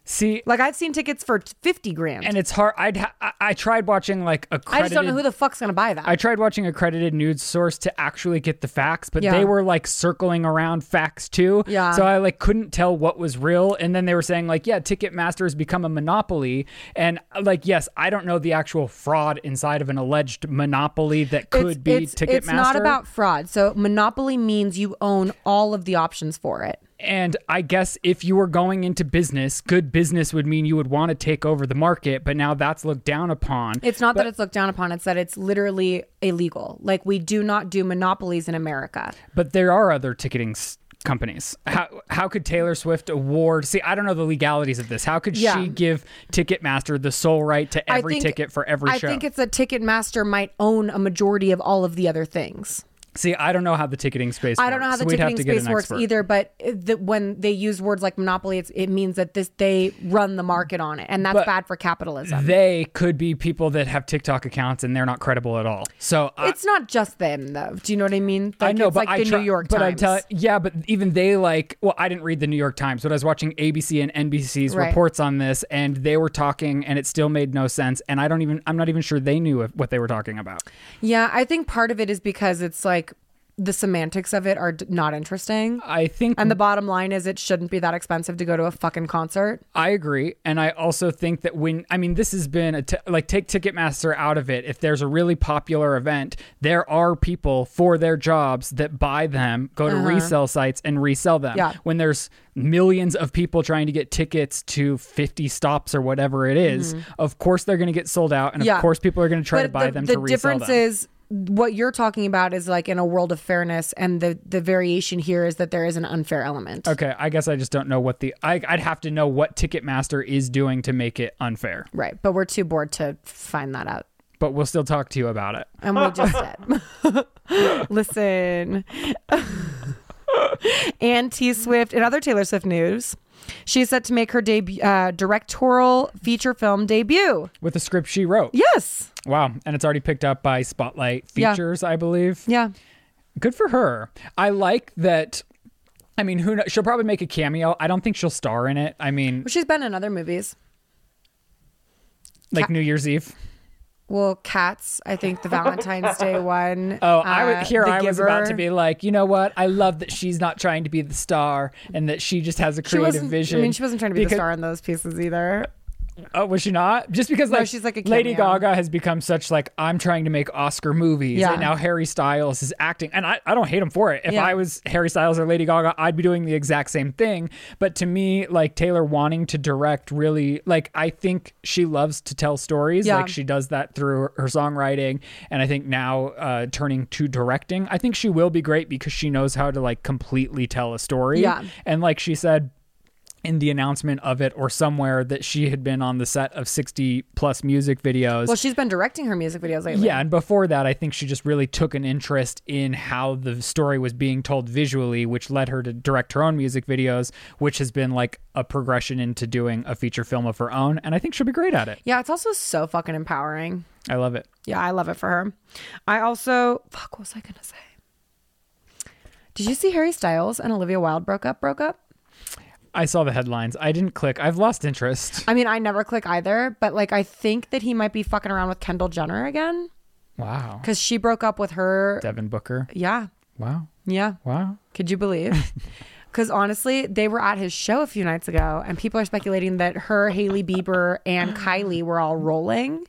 Speaker 2: See,
Speaker 1: Like I've seen tickets for 50 grand.
Speaker 2: and it's hard. I'd ha- I-, I tried watching like a
Speaker 1: I just don't know who the fuck's going to buy that.
Speaker 2: I tried watching a credited news source to actually get the facts, but
Speaker 1: Yeah.
Speaker 2: they were like circling around facts too.
Speaker 1: Yeah.
Speaker 2: So I like couldn't tell what was real. And then they were saying like, yeah, Ticketmaster has become a monopoly. And like, yes, I don't know the actual fraud inside of an alleged monopoly that could
Speaker 1: it's,
Speaker 2: be
Speaker 1: it's,
Speaker 2: Ticketmaster.
Speaker 1: It's not about fraud. So monopoly means you own all of the options for it.
Speaker 2: And I guess if you were going into business, good business would mean you would want to take over the market, but now that's looked down upon.
Speaker 1: It's not that it's looked down upon. It's that it's literally illegal. Like we do not do monopolies in America.
Speaker 2: But there are other ticketing s- companies. How how could Taylor Swift award? See, I don't know the legalities of this. How could
Speaker 1: Yeah.
Speaker 2: she give Ticketmaster the sole right to
Speaker 1: I
Speaker 2: every
Speaker 1: think-
Speaker 2: ticket for every
Speaker 1: I
Speaker 2: show?
Speaker 1: think it's a Ticketmaster might own a majority of all of the other things.
Speaker 2: See, I don't know how the ticketing space.
Speaker 1: I don't know how
Speaker 2: works,
Speaker 1: the
Speaker 2: so we'd have
Speaker 1: ticketing
Speaker 2: to get
Speaker 1: space
Speaker 2: an
Speaker 1: works
Speaker 2: expert.
Speaker 1: either, but it- the, when they use words like monopoly, it's, it means that this they run the market on it, and that's
Speaker 2: But-
Speaker 1: bad for capitalism.
Speaker 2: They could be people that have TikTok accounts and they're not credible at all. So I,
Speaker 1: it's not just them, though. Do you know what I mean? Like,
Speaker 2: I know,
Speaker 1: it's
Speaker 2: but
Speaker 1: like
Speaker 2: I
Speaker 1: the
Speaker 2: try-
Speaker 1: New York
Speaker 2: but I
Speaker 1: Times.
Speaker 2: tell, yeah, but even they like. Well, I didn't read the New York Times, but I was watching ABC and NBC's
Speaker 1: Right.
Speaker 2: reports on this, and they were talking, and it still made no sense. And I don't even. I'm not even sure they knew if, what they were talking about.
Speaker 1: yeah, I think part of it is because it's like the semantics of it are d- not interesting,
Speaker 2: I think
Speaker 1: and the bottom line is it shouldn't be that expensive to go to a fucking concert.
Speaker 2: I agree, and I also think that when I mean this has been a t- like take Ticketmaster out of it. If there's a really popular event, there are people for their jobs that buy them, go to resell sites and resell them.
Speaker 1: Uh-huh. Yeah.
Speaker 2: When there's millions of people trying to get tickets to 50 stops or whatever it is, of course they're going to get sold out, and
Speaker 1: Mm-hmm. Yeah.
Speaker 2: of course people are going to try to
Speaker 1: But
Speaker 2: buy
Speaker 1: the,
Speaker 2: them
Speaker 1: the
Speaker 2: to resell
Speaker 1: difference
Speaker 2: them.
Speaker 1: is what you're talking about is like in a world of fairness, and the the variation here is that there is an unfair element.
Speaker 2: okay, I guess I just don't know what the I, I'd have to know what Ticketmaster is doing to make it unfair.
Speaker 1: Right, but we're too bored to find that out.
Speaker 2: but we'll still talk to you about it.
Speaker 1: and we just said, listen. and T Swift and other Taylor Swift news. She's set to make her debut, uh, directorial feature film debut.
Speaker 2: With a script she wrote.
Speaker 1: Yes.
Speaker 2: Wow. And it's already picked up by Spotlight
Speaker 1: Yeah.
Speaker 2: Features, I believe.
Speaker 1: Yeah.
Speaker 2: Good for her. I like that. I mean, who knows? She'll probably make a cameo. I don't think she'll star in it. I mean,
Speaker 1: She's been in other movies.
Speaker 2: like New Year's Eve.
Speaker 1: Well, Cats, I think the Valentine's Day one.
Speaker 2: Oh, I
Speaker 1: uh,
Speaker 2: was here.
Speaker 1: The
Speaker 2: I was about to
Speaker 1: Giver.
Speaker 2: be like, you know what? I love that she's not trying to be the star and that she just has a
Speaker 1: She
Speaker 2: creative
Speaker 1: wasn't,
Speaker 2: vision.
Speaker 1: I mean, she wasn't trying to be
Speaker 2: Because-
Speaker 1: the star in those pieces either.
Speaker 2: Oh, was she not? Just because
Speaker 1: No,
Speaker 2: like,
Speaker 1: she's like a
Speaker 2: Lady
Speaker 1: cameo.
Speaker 2: Gaga has become such like I'm trying to make Oscar movies,
Speaker 1: Yeah.
Speaker 2: and now Harry Styles is acting, and I, I don't hate him for it. If
Speaker 1: Yeah.
Speaker 2: I was Harry Styles or Lady Gaga, I'd be doing the exact same thing. But to me, like Taylor wanting to direct, really like I think she loves to tell stories.
Speaker 1: Yeah.
Speaker 2: Like she does that through her, her songwriting, and I think now uh, turning to directing, I think she will be great because she knows how to like completely tell a story.
Speaker 1: Yeah.
Speaker 2: and like she said in the announcement of it or somewhere that she had been on the set of 60 plus music videos.
Speaker 1: Well, she's been directing her music videos lately.
Speaker 2: yeah, and before that, I think she just really took an interest in how the story was being told visually, which led her to direct her own music videos, which has been like a progression into doing a feature film of her own. And I think she'll be great at it.
Speaker 1: Yeah, it's also so fucking empowering.
Speaker 2: I love it.
Speaker 1: Yeah, I love it for her. I also fuck. What was I gonna say? Did you see Harry Styles and Olivia Wilde broke up? Broke up.
Speaker 2: I saw the headlines. I didn't click. I've lost interest.
Speaker 1: I mean, I never click either, but like, I think that he might be fucking around with Kendall Jenner again
Speaker 2: Wow.
Speaker 1: because she broke up with her.
Speaker 2: Devin Booker.
Speaker 1: Yeah,
Speaker 2: Wow.
Speaker 1: yeah.
Speaker 2: Wow.
Speaker 1: Could you believe? Because honestly, they were at his show a few nights ago, and people are speculating that her, Haley Bieber, and Kylie were all rolling.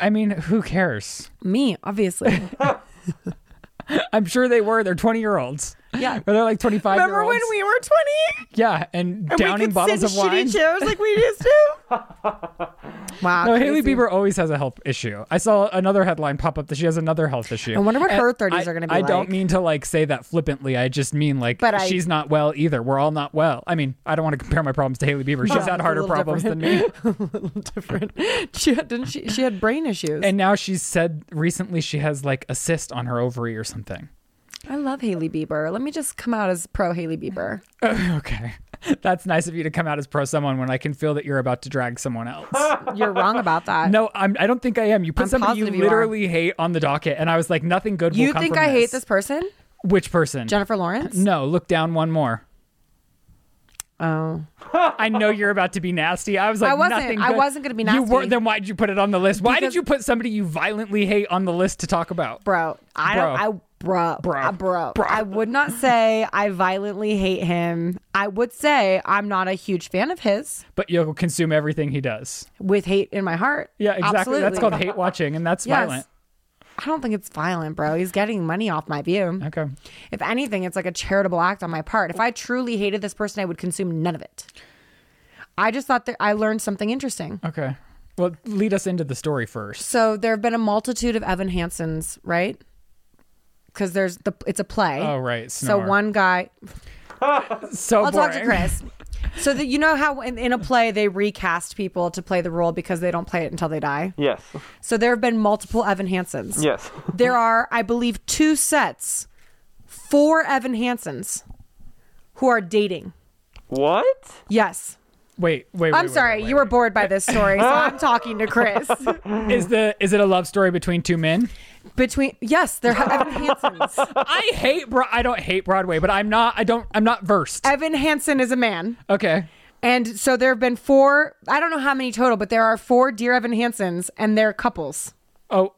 Speaker 2: I mean, who cares?
Speaker 1: Me, obviously.
Speaker 2: I'm sure they were. They're 20 year olds.
Speaker 1: Yeah.
Speaker 2: But they're like 25 year
Speaker 1: Remember
Speaker 2: olds.
Speaker 1: when we were twenty?
Speaker 2: Yeah, and, downing bottles of wine.
Speaker 1: chairs like we used to. wow.
Speaker 2: No, Haley
Speaker 1: crazy.
Speaker 2: Bieber always has a health issue. I saw another headline pop up that she has another health issue.
Speaker 1: I wonder what
Speaker 2: And
Speaker 1: her 30s
Speaker 2: I-
Speaker 1: are gonna be
Speaker 2: I don't
Speaker 1: like.
Speaker 2: mean to like say that flippantly. I just mean like
Speaker 1: But I-
Speaker 2: she's not well either. We're all not well. I mean, I don't want to compare my problems to Haley Bieber. She's
Speaker 1: Yeah,
Speaker 2: had
Speaker 1: it's a
Speaker 2: harder
Speaker 1: little
Speaker 2: problems than me.
Speaker 1: different. different. She had, didn't she? She had brain issues.
Speaker 2: And now she's said recently she has like a cyst on her ovary or something.
Speaker 1: I love Haley Bieber. Let me just come out as pro Haley Bieber.
Speaker 2: Okay. That's nice of you to come out as pro someone when I can feel that you're about to drag someone else.
Speaker 1: You're wrong about that.
Speaker 2: No, I'm, I don't think I am. You put
Speaker 1: I'm
Speaker 2: somebody you
Speaker 1: positive you are.
Speaker 2: literally hate on the docket, and I was like, nothing good. will
Speaker 1: you
Speaker 2: come
Speaker 1: think
Speaker 2: from
Speaker 1: I hate this person,
Speaker 2: Which person?
Speaker 1: Jennifer Lawrence?
Speaker 2: No, look down one more.
Speaker 1: Oh,
Speaker 2: I know you're about to be nasty. I was like,
Speaker 1: I wasn't-
Speaker 2: nothing.
Speaker 1: I
Speaker 2: good-
Speaker 1: wasn't gonna be
Speaker 2: You
Speaker 1: nasty.
Speaker 2: were. Then why'd you put it on the list? Why did
Speaker 1: Because-
Speaker 2: you put somebody you violently hate on the list to talk about?
Speaker 1: bro. I don't. I bro.
Speaker 2: Bro.
Speaker 1: I, bro.
Speaker 2: Bro.
Speaker 1: I would not say I violently hate him. I would say I'm not a huge fan of his
Speaker 2: But you'll consume everything he does.
Speaker 1: with hate in my heart.
Speaker 2: Yeah, exactly. That's
Speaker 1: Absolutely.
Speaker 2: called hate watching, and that's
Speaker 1: Yes.
Speaker 2: violent.
Speaker 1: I don't think it's violent, bro. He's getting money off my view.
Speaker 2: Okay.
Speaker 1: If anything, it's like a charitable act on my part. If I truly hated this person, I would consume none of it. I just thought that I learned something interesting.
Speaker 2: Okay. Well, lead us into the story first.
Speaker 1: So there have been a multitude of Evan Hansen's, right? Because there's the it's a play.
Speaker 2: Oh right.
Speaker 1: So
Speaker 2: Snore.
Speaker 1: one guy,
Speaker 2: So
Speaker 1: I'll
Speaker 2: boring.
Speaker 1: talk to Chris. So that you know how in, in a play they recast people to play the role because they don't play it until they die.
Speaker 3: Yes.
Speaker 1: So there have been multiple Evan Hansens.
Speaker 3: Yes.
Speaker 1: There are, I believe, two sets, four Evan Hansons who are dating.
Speaker 3: What?
Speaker 1: Yes.
Speaker 2: Wait, wait. wait
Speaker 1: I'm
Speaker 2: wait,
Speaker 1: sorry,
Speaker 2: wait,
Speaker 1: you were bored by this story, so I'm talking to Chris.
Speaker 2: wait. Is the is it a love story between two men?
Speaker 1: Between yes, they're Evan Hansons.
Speaker 2: I hate. Bro- I don't hate Broadway, but I'm not. I don't. I'm not versed.
Speaker 1: Evan Hansen is a man.
Speaker 2: Okay.
Speaker 1: And so there have been four, I don't know how many total, but there are four Dear Evan Hansons and they're couples.
Speaker 2: Oh,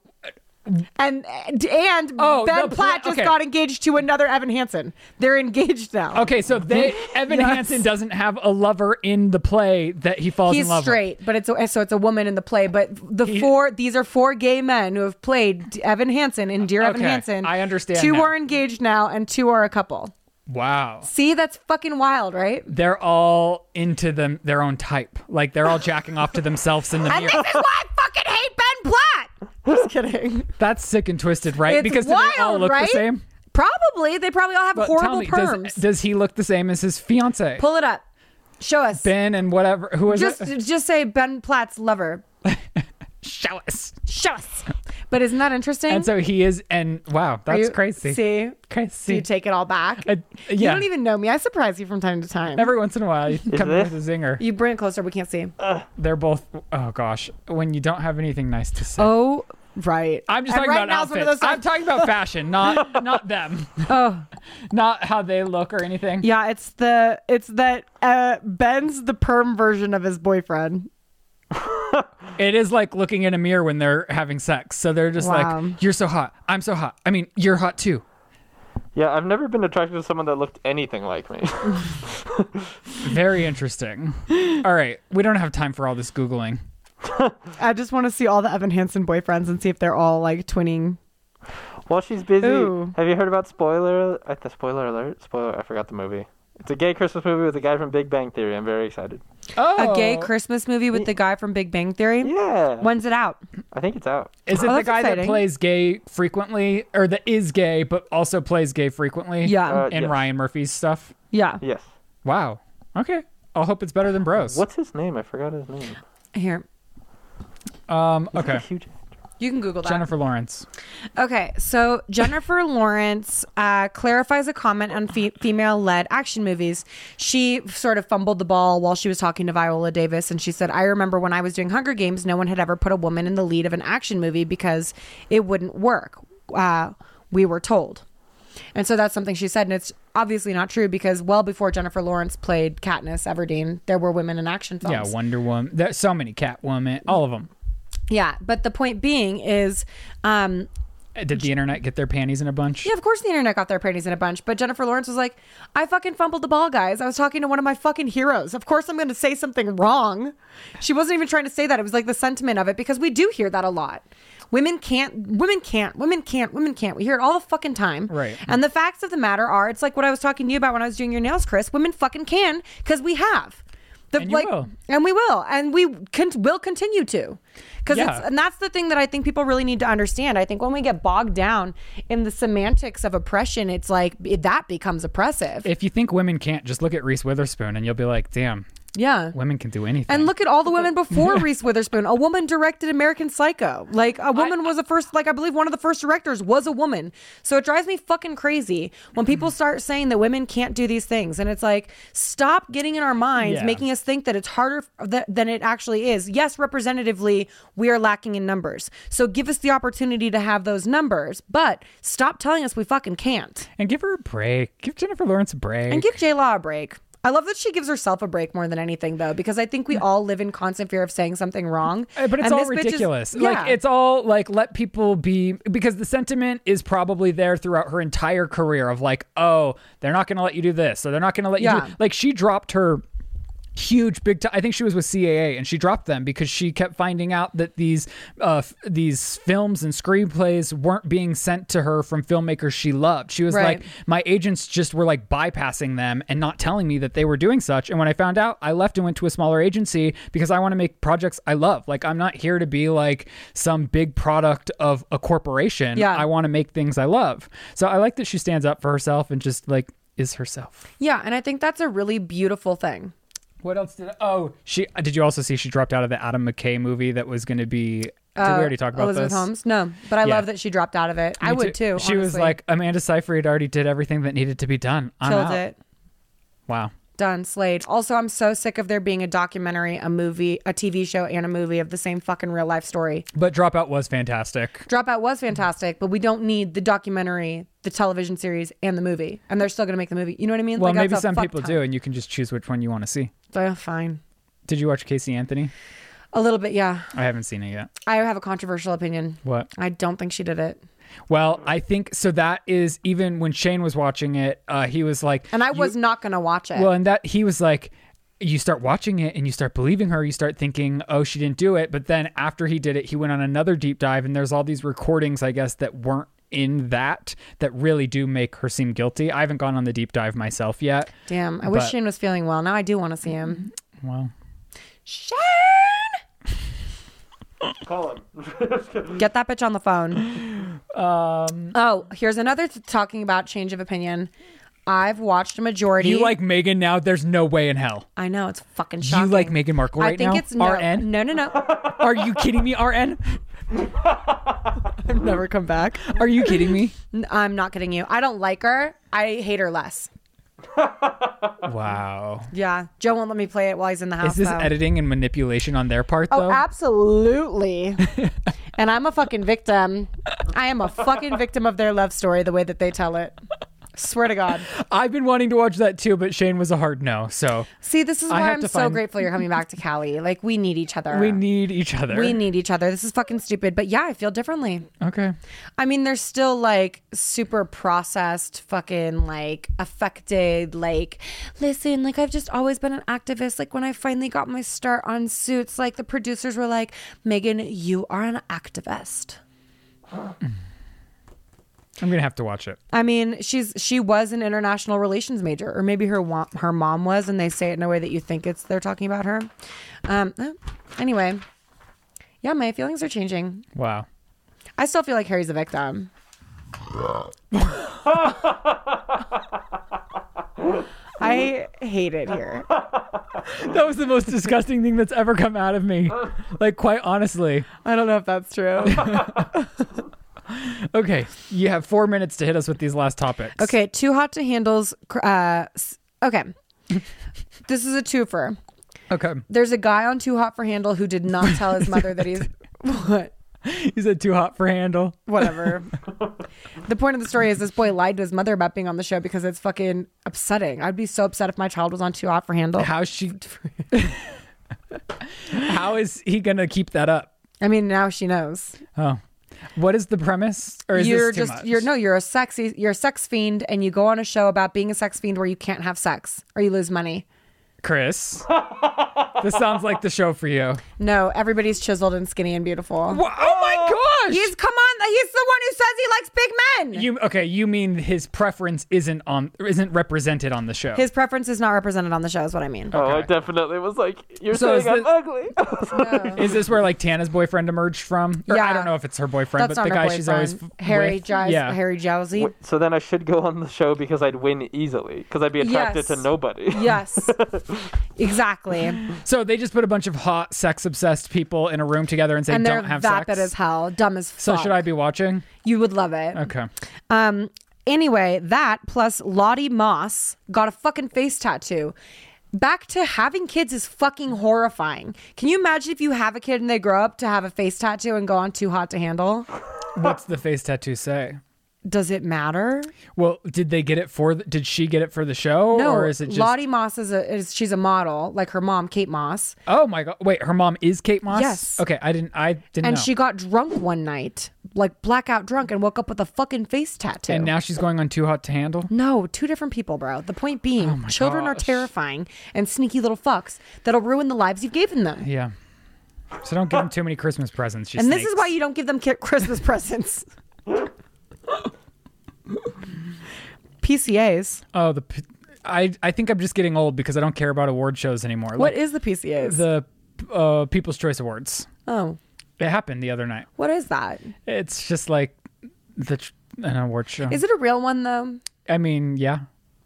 Speaker 1: And uh, and
Speaker 2: Oh,
Speaker 1: Ben
Speaker 2: the pla-
Speaker 1: Platt just
Speaker 2: okay.
Speaker 1: got engaged to another Evan Hansen. They're engaged now.
Speaker 2: Okay, so they Evan
Speaker 1: Yes.
Speaker 2: Hansen doesn't have a lover in the play that he falls
Speaker 1: He's
Speaker 2: in love with.
Speaker 1: straight, but it's a, so it's a woman in the play. But the four these are four gay men who have played Evan Hansen in Dear Evan
Speaker 2: Okay,
Speaker 1: Hansen.
Speaker 2: I understand
Speaker 1: Two
Speaker 2: now.
Speaker 1: are engaged now, and two are a couple.
Speaker 2: Wow.
Speaker 1: See, that's fucking wild, right?
Speaker 2: They're all into them their own type. Like they're all jacking off to themselves in the
Speaker 1: And this
Speaker 2: mirror.
Speaker 1: is why I fucking hate Ben Platt. Just kidding.
Speaker 2: That's sick and twisted, right?
Speaker 1: It's
Speaker 2: because do
Speaker 1: wild,
Speaker 2: they all look
Speaker 1: right?
Speaker 2: the same?
Speaker 1: Probably they probably all have
Speaker 2: But
Speaker 1: horrible
Speaker 2: tell me,
Speaker 1: perms.
Speaker 2: does, does he look the same as his fiance?
Speaker 1: Pull it up. Show us.
Speaker 2: ben and whatever who is
Speaker 1: just
Speaker 2: it?
Speaker 1: just say Ben Platt's lover.
Speaker 2: Shut show us.
Speaker 1: Show us. But isn't that interesting?
Speaker 2: And so he is, and wow,
Speaker 1: Are
Speaker 2: that's
Speaker 1: you-
Speaker 2: crazy.
Speaker 1: See, so
Speaker 2: Crazy.
Speaker 1: you take it all back.
Speaker 2: Uh,
Speaker 1: You
Speaker 2: yeah.
Speaker 1: don't even know me. I surprise you from time to time.
Speaker 2: Every once in a while, you come
Speaker 3: this-
Speaker 2: with a zinger.
Speaker 1: you bring it closer. We can't see.
Speaker 2: They're both. Oh gosh, when you don't have anything nice to say.
Speaker 1: oh, right.
Speaker 2: I'm just
Speaker 1: And
Speaker 2: talking
Speaker 1: right
Speaker 2: about
Speaker 1: now is one of
Speaker 2: outfits.
Speaker 1: those
Speaker 2: I'm
Speaker 1: times-
Speaker 2: talking about fashion, not not them,
Speaker 1: Oh,
Speaker 2: not how they look or anything.
Speaker 1: yeah. It's the it's that uh, Ben's the perm version of his boyfriend.
Speaker 2: It is like looking in a mirror when they're having sex. So they're just
Speaker 1: Wow.
Speaker 2: like, "You're so hot. I'm so hot. I mean, you're hot too."
Speaker 3: Yeah, I've never been attracted to someone that looked anything like me.
Speaker 2: Very interesting. all right, we don't have time for all this googling.
Speaker 1: I just want to see all the Evan Hansen boyfriends and see if they're all like twinning.
Speaker 3: While she's busy,
Speaker 1: Ooh.
Speaker 3: have you heard about spoiler? uh, The spoiler alert. Spoiler. I forgot the movie. It's a gay Christmas movie with a guy from Big Bang Theory. I'm very excited.
Speaker 2: Oh,
Speaker 1: A gay Christmas movie with the guy from Big Bang Theory.
Speaker 3: Yeah.
Speaker 1: When's it out?
Speaker 3: I think it's out.
Speaker 2: Is it
Speaker 1: Oh,
Speaker 2: the
Speaker 1: that's
Speaker 2: guy that
Speaker 1: exciting.
Speaker 2: plays gay frequently, or that is gay but also plays gay frequently?
Speaker 1: Yeah,
Speaker 3: Uh,
Speaker 2: In
Speaker 3: yes.
Speaker 2: Ryan Murphy's stuff.
Speaker 1: yeah.
Speaker 3: Yes.
Speaker 2: Wow. Okay. I'll hope it's better than Bros.
Speaker 3: What's his name? I forgot his name.
Speaker 1: Here,
Speaker 2: Um. Okay.
Speaker 3: Huge.
Speaker 1: you can Google that.
Speaker 2: Jennifer Lawrence.
Speaker 1: Okay, so Jennifer Lawrence uh, clarifies a comment on fe- female led action movies. She sort of fumbled the ball while she was talking to Viola Davis, and she said, I remember when I was doing Hunger Games, no one had ever put a woman in the lead of an action movie because it wouldn't work. Uh, we were told. And so that's something she said, and it's obviously not true because well before Jennifer Lawrence played Katniss Everdeen, there were women in action films.
Speaker 2: Yeah. Wonder Woman. There's so many Catwoman. All of them.
Speaker 1: Yeah, but the point being is um,
Speaker 2: Uh, Did the internet get their panties in a bunch?
Speaker 1: Yeah, of course the internet got their panties in a bunch, but Jennifer Lawrence was like, I fucking fumbled the ball, guys. I was talking to one of my fucking heroes. Of course I'm going to say something wrong. She wasn't even trying to say that. It was like the sentiment of it because we do hear that a lot. Women can't, women can't, women can't, women can't. We hear it all the fucking time.
Speaker 2: Right.
Speaker 1: And the facts of the matter are, it's like what I was talking to you about when I was doing your nails, Chris. Women fucking can because we have. The,
Speaker 2: And you will.
Speaker 1: and we will and we con- will continue to because
Speaker 2: Yeah.
Speaker 1: it's and that's the thing that i think people really need to understand i think when we get bogged down in the semantics of oppression it's like it, that becomes oppressive
Speaker 2: If you think women can't, just look at Reese Witherspoon, and you'll be like, "Damn,
Speaker 1: yeah
Speaker 2: women can do anything."
Speaker 1: and look at all the women before Reese Witherspoon. A woman directed American Psycho. Like a woman was the first, like I believe one of the first directors was a woman. So it drives me fucking crazy when people start saying that women can't do these things, and it's like stop getting in our minds,
Speaker 2: Yeah.
Speaker 1: making us think that it's harder f- th- than it actually is. Yes, representatively, we are lacking in numbers. So give us the opportunity to have those numbers, but stop telling us we fucking can't.
Speaker 2: and give her a break. Give Jennifer Lawrence a break.
Speaker 1: And give J Law a break. I love that she gives herself a break more than anything, though, because I think we all live in constant fear of saying something wrong.
Speaker 2: Uh, but it's
Speaker 1: And
Speaker 2: all
Speaker 1: this bitch is-
Speaker 2: ridiculous.
Speaker 1: yeah.
Speaker 2: Like it's all like let people be because the sentiment is probably there throughout her entire career of like, oh, they're not going to let you do this, so they're not going to let you.
Speaker 1: Yeah.
Speaker 2: Do, like she dropped her huge big time. I think she was with CAA and she dropped them because she kept finding out that these uh, f- these films and screenplays weren't being sent to her from filmmakers she loved. She was
Speaker 1: Right.
Speaker 2: like, my agents just were like bypassing them and not telling me that they were doing such. And when I found out, I left and went to a smaller agency because I want to make projects I love. Like I'm not here to be like some big product of a corporation.
Speaker 1: Yeah.
Speaker 2: I want to make things I love. So I like that she stands up for herself and just like is herself.
Speaker 1: yeah, and I think that's a really beautiful thing.
Speaker 2: What else did? Oh, she did. You also see she dropped out of the Adam McKay movie that was going to be. Did we already talk about
Speaker 1: Uh, Elizabeth
Speaker 2: this?
Speaker 1: Holmes? No, but I
Speaker 2: Yeah.
Speaker 1: love that she dropped out of it. I
Speaker 2: Me
Speaker 1: would too.
Speaker 2: She was
Speaker 1: honestly.
Speaker 2: like Amanda Seyfried already did everything that needed to be done. I'm
Speaker 1: killed
Speaker 2: out.
Speaker 1: it.
Speaker 2: Wow.
Speaker 1: Done, slayed. Also, I'm so sick of there being a documentary, a movie, a TV show, and a movie of the same fucking real life story.
Speaker 2: But Dropout was fantastic.
Speaker 1: Dropout was fantastic, but we don't need the documentary, the television series, and the movie. And they're still going to make the movie. You know what I mean?
Speaker 2: Well,
Speaker 1: Like,
Speaker 2: maybe
Speaker 1: that's a
Speaker 2: some
Speaker 1: fuck
Speaker 2: people
Speaker 1: ton.
Speaker 2: do, and you can just choose which one you want to see.
Speaker 1: Oh, fine.
Speaker 2: Did you watch Casey Anthony?
Speaker 1: A little bit, yeah.
Speaker 2: I haven't seen it yet.
Speaker 1: I have a controversial opinion.
Speaker 2: What?
Speaker 1: I don't think she did it.
Speaker 2: Well, I think so. That is even when Shane was watching it, uh, he was like,
Speaker 1: And I was not going to watch it.
Speaker 2: Well, and that he was like, you start watching it and you start believing her. You start thinking, oh, she didn't do it. But then after he did it, he went on another deep dive, and there's all these recordings, I guess, that weren't in that that really do make her seem guilty. I haven't gone on the deep dive myself yet.
Speaker 1: Damn. I wish
Speaker 2: but-
Speaker 1: Shane was feeling well. Now I do want to see him.
Speaker 2: Well,
Speaker 1: Shane!
Speaker 3: Call him.
Speaker 1: Get that bitch on the phone. Um, oh, here's another th- talking about change of opinion. I've watched a majority.
Speaker 2: You like Megan now? There's no way in hell.
Speaker 1: I know it's fucking shocking.
Speaker 2: You like Meghan Markle right
Speaker 1: I think
Speaker 2: now?
Speaker 1: it's no,
Speaker 2: RN?
Speaker 1: no, no, no.
Speaker 2: Are you kidding me, RN?
Speaker 1: I've never come back.
Speaker 2: Are you kidding me?
Speaker 1: N- I'm not kidding you. I don't like her. I hate her less.
Speaker 2: Wow.
Speaker 1: Yeah, Joe won't let me play it while he's in the house.
Speaker 2: Is this
Speaker 1: though.
Speaker 2: editing and manipulation on their part,
Speaker 1: Oh,
Speaker 2: though?
Speaker 1: absolutely. and I'm a fucking victim. I am a fucking victim of their love story, the way that they tell it. Swear to God.
Speaker 2: I've been wanting to watch that too, but Shane was a hard no. So
Speaker 1: See, this is
Speaker 2: I
Speaker 1: why
Speaker 2: have
Speaker 1: I'm
Speaker 2: to
Speaker 1: so
Speaker 2: find-
Speaker 1: grateful you're coming back to Cali. Like, we need each other.
Speaker 2: we need each other.
Speaker 1: we need each other. This is fucking stupid. But yeah, I feel differently.
Speaker 2: okay.
Speaker 1: I mean, they're still like super processed, fucking like affected. Like, listen, like I've just always been an activist. Like, when I finally got my start on suits, like the producers were like, Megan, you are an activist.
Speaker 2: I'm going to have to watch it.
Speaker 1: I mean, she's she was an international relations major, or maybe her wa- her mom was, and they say it in a way that you think it's they're talking about her. Um, eh, anyway, yeah, my feelings are changing.
Speaker 2: Wow.
Speaker 1: I still feel like Harry's a victim. I hate it here.
Speaker 2: That was the most disgusting thing that's ever come out of me. Like, quite honestly.
Speaker 1: I don't know if that's true.
Speaker 2: Okay. You have four minutes to hit us with these last topics.
Speaker 1: Okay, too hot to handles. cr- Uh, s- okay, this is a twofer.
Speaker 2: Okay.
Speaker 1: There's a guy on Too Hot for Handle who did not tell his mother that he's what.
Speaker 2: You said too hot for handle.
Speaker 1: whatever. the point of the story is this boy lied to his mother about being on the show because it's fucking upsetting. I'd be so upset if my child was on Too Hot for Handle.
Speaker 2: How she. How is he going to keep that up?
Speaker 1: I mean, now she knows.
Speaker 2: Oh. What is the premise? Or is
Speaker 1: you're
Speaker 2: this too
Speaker 1: just
Speaker 2: much?
Speaker 1: you're no, you're a sexy, you're a sex fiend, and you go on a show about being a sex fiend where you can't have sex or you lose money.
Speaker 2: Chris. this sounds like the show for you.
Speaker 1: No, everybody's chiseled and skinny and beautiful.
Speaker 2: Wha- Oh my gosh!
Speaker 1: He's come on, he's the one who says he likes big men.
Speaker 2: you okay? You mean his preference isn't on isn't represented on the show?
Speaker 1: his preference is not represented on the show, is what I mean.
Speaker 3: Oh, I definitely was like, "You're
Speaker 2: So is
Speaker 3: saying I'm
Speaker 2: the-
Speaker 3: ugly."
Speaker 2: is this where like Tana's boyfriend emerged from? Or, I
Speaker 1: Yeah.
Speaker 2: don't know if it's her boyfriend,
Speaker 1: That's
Speaker 2: but
Speaker 1: not
Speaker 2: the
Speaker 1: her
Speaker 2: guy
Speaker 1: boyfriend.
Speaker 2: she's always f-
Speaker 1: Harry
Speaker 2: with.
Speaker 1: Jowsey.
Speaker 2: Yeah.
Speaker 1: Harry Jowsey.
Speaker 3: so then I should go on the show because I'd win easily because I'd be attracted to
Speaker 1: Yes.
Speaker 3: nobody.
Speaker 1: Yes, exactly.
Speaker 2: So they just put a bunch of hot sex obsessed people in a room together and say
Speaker 1: and they're
Speaker 2: don't have
Speaker 1: vapid
Speaker 2: sex.
Speaker 1: as hell, dumb as fuck.
Speaker 2: so should I be watching?
Speaker 1: You would love it.
Speaker 2: Okay.
Speaker 1: Um. Anyway, that plus Lottie Moss got a fucking face tattoo. Back to having kids is fucking horrifying. Can you imagine if you have a kid and they grow up to have a face tattoo and go on too hot to handle?
Speaker 2: What's the face tattoo say?
Speaker 1: Does it matter?
Speaker 2: Well, did they get it for? The, did she get it for the show?
Speaker 1: No.
Speaker 2: or is it just?
Speaker 1: Lottie Moss is a is, she's a model like her mom Kate Moss,
Speaker 2: oh my god! Wait, her mom is Kate Moss.
Speaker 1: Yes.
Speaker 2: Okay, I didn't. I didn't.
Speaker 1: and
Speaker 2: know.
Speaker 1: she got drunk one night, like blackout drunk, and woke up with a fucking face tattoo.
Speaker 2: And now she's going on Too Hot to Handle.
Speaker 1: No, two different people, bro. The point being, children are
Speaker 2: Oh gosh.
Speaker 1: terrifying and sneaky little fucks that'll ruin the lives you've given them.
Speaker 2: Yeah. So don't give them too many Christmas presents.
Speaker 1: and this is why you don't give them ki- Christmas presents. PCAs.
Speaker 2: Oh, the. p- I I think I'm just getting old because I don't care about award shows anymore.
Speaker 1: What
Speaker 2: Like
Speaker 1: is the PCAs?
Speaker 2: the uh, People's Choice Awards?
Speaker 1: oh,
Speaker 2: It happened the other night.
Speaker 1: what is that?
Speaker 2: It's just like the tr- an award show.
Speaker 1: Is it a real one though?
Speaker 2: I mean, yeah.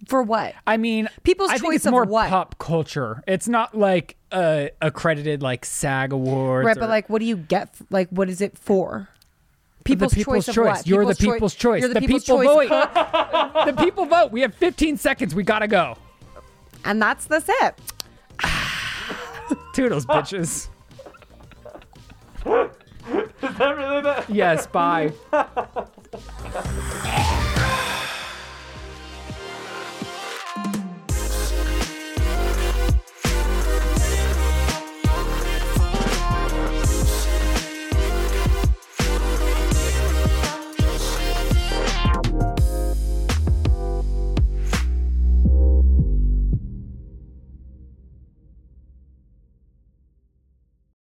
Speaker 1: For what?
Speaker 2: I mean,
Speaker 1: People's
Speaker 2: I think
Speaker 1: choice
Speaker 2: it's
Speaker 1: of
Speaker 2: more
Speaker 1: what?
Speaker 2: pop culture. It's not like uh, accredited like SAG awards.
Speaker 1: Right, but
Speaker 2: or-
Speaker 1: like, what do you get? f- Like, what is it for? People's,
Speaker 2: the people's
Speaker 1: choice.
Speaker 2: choice.
Speaker 1: Of what?
Speaker 2: You're the
Speaker 1: choi-
Speaker 2: people's choice.
Speaker 1: You're the, people's
Speaker 2: people
Speaker 1: choice.
Speaker 2: vote. the people vote. We have 15 seconds. We gotta go.
Speaker 1: And that's that's it.
Speaker 2: Toodles, bitches.
Speaker 3: Is that really that?
Speaker 2: Yes, bye.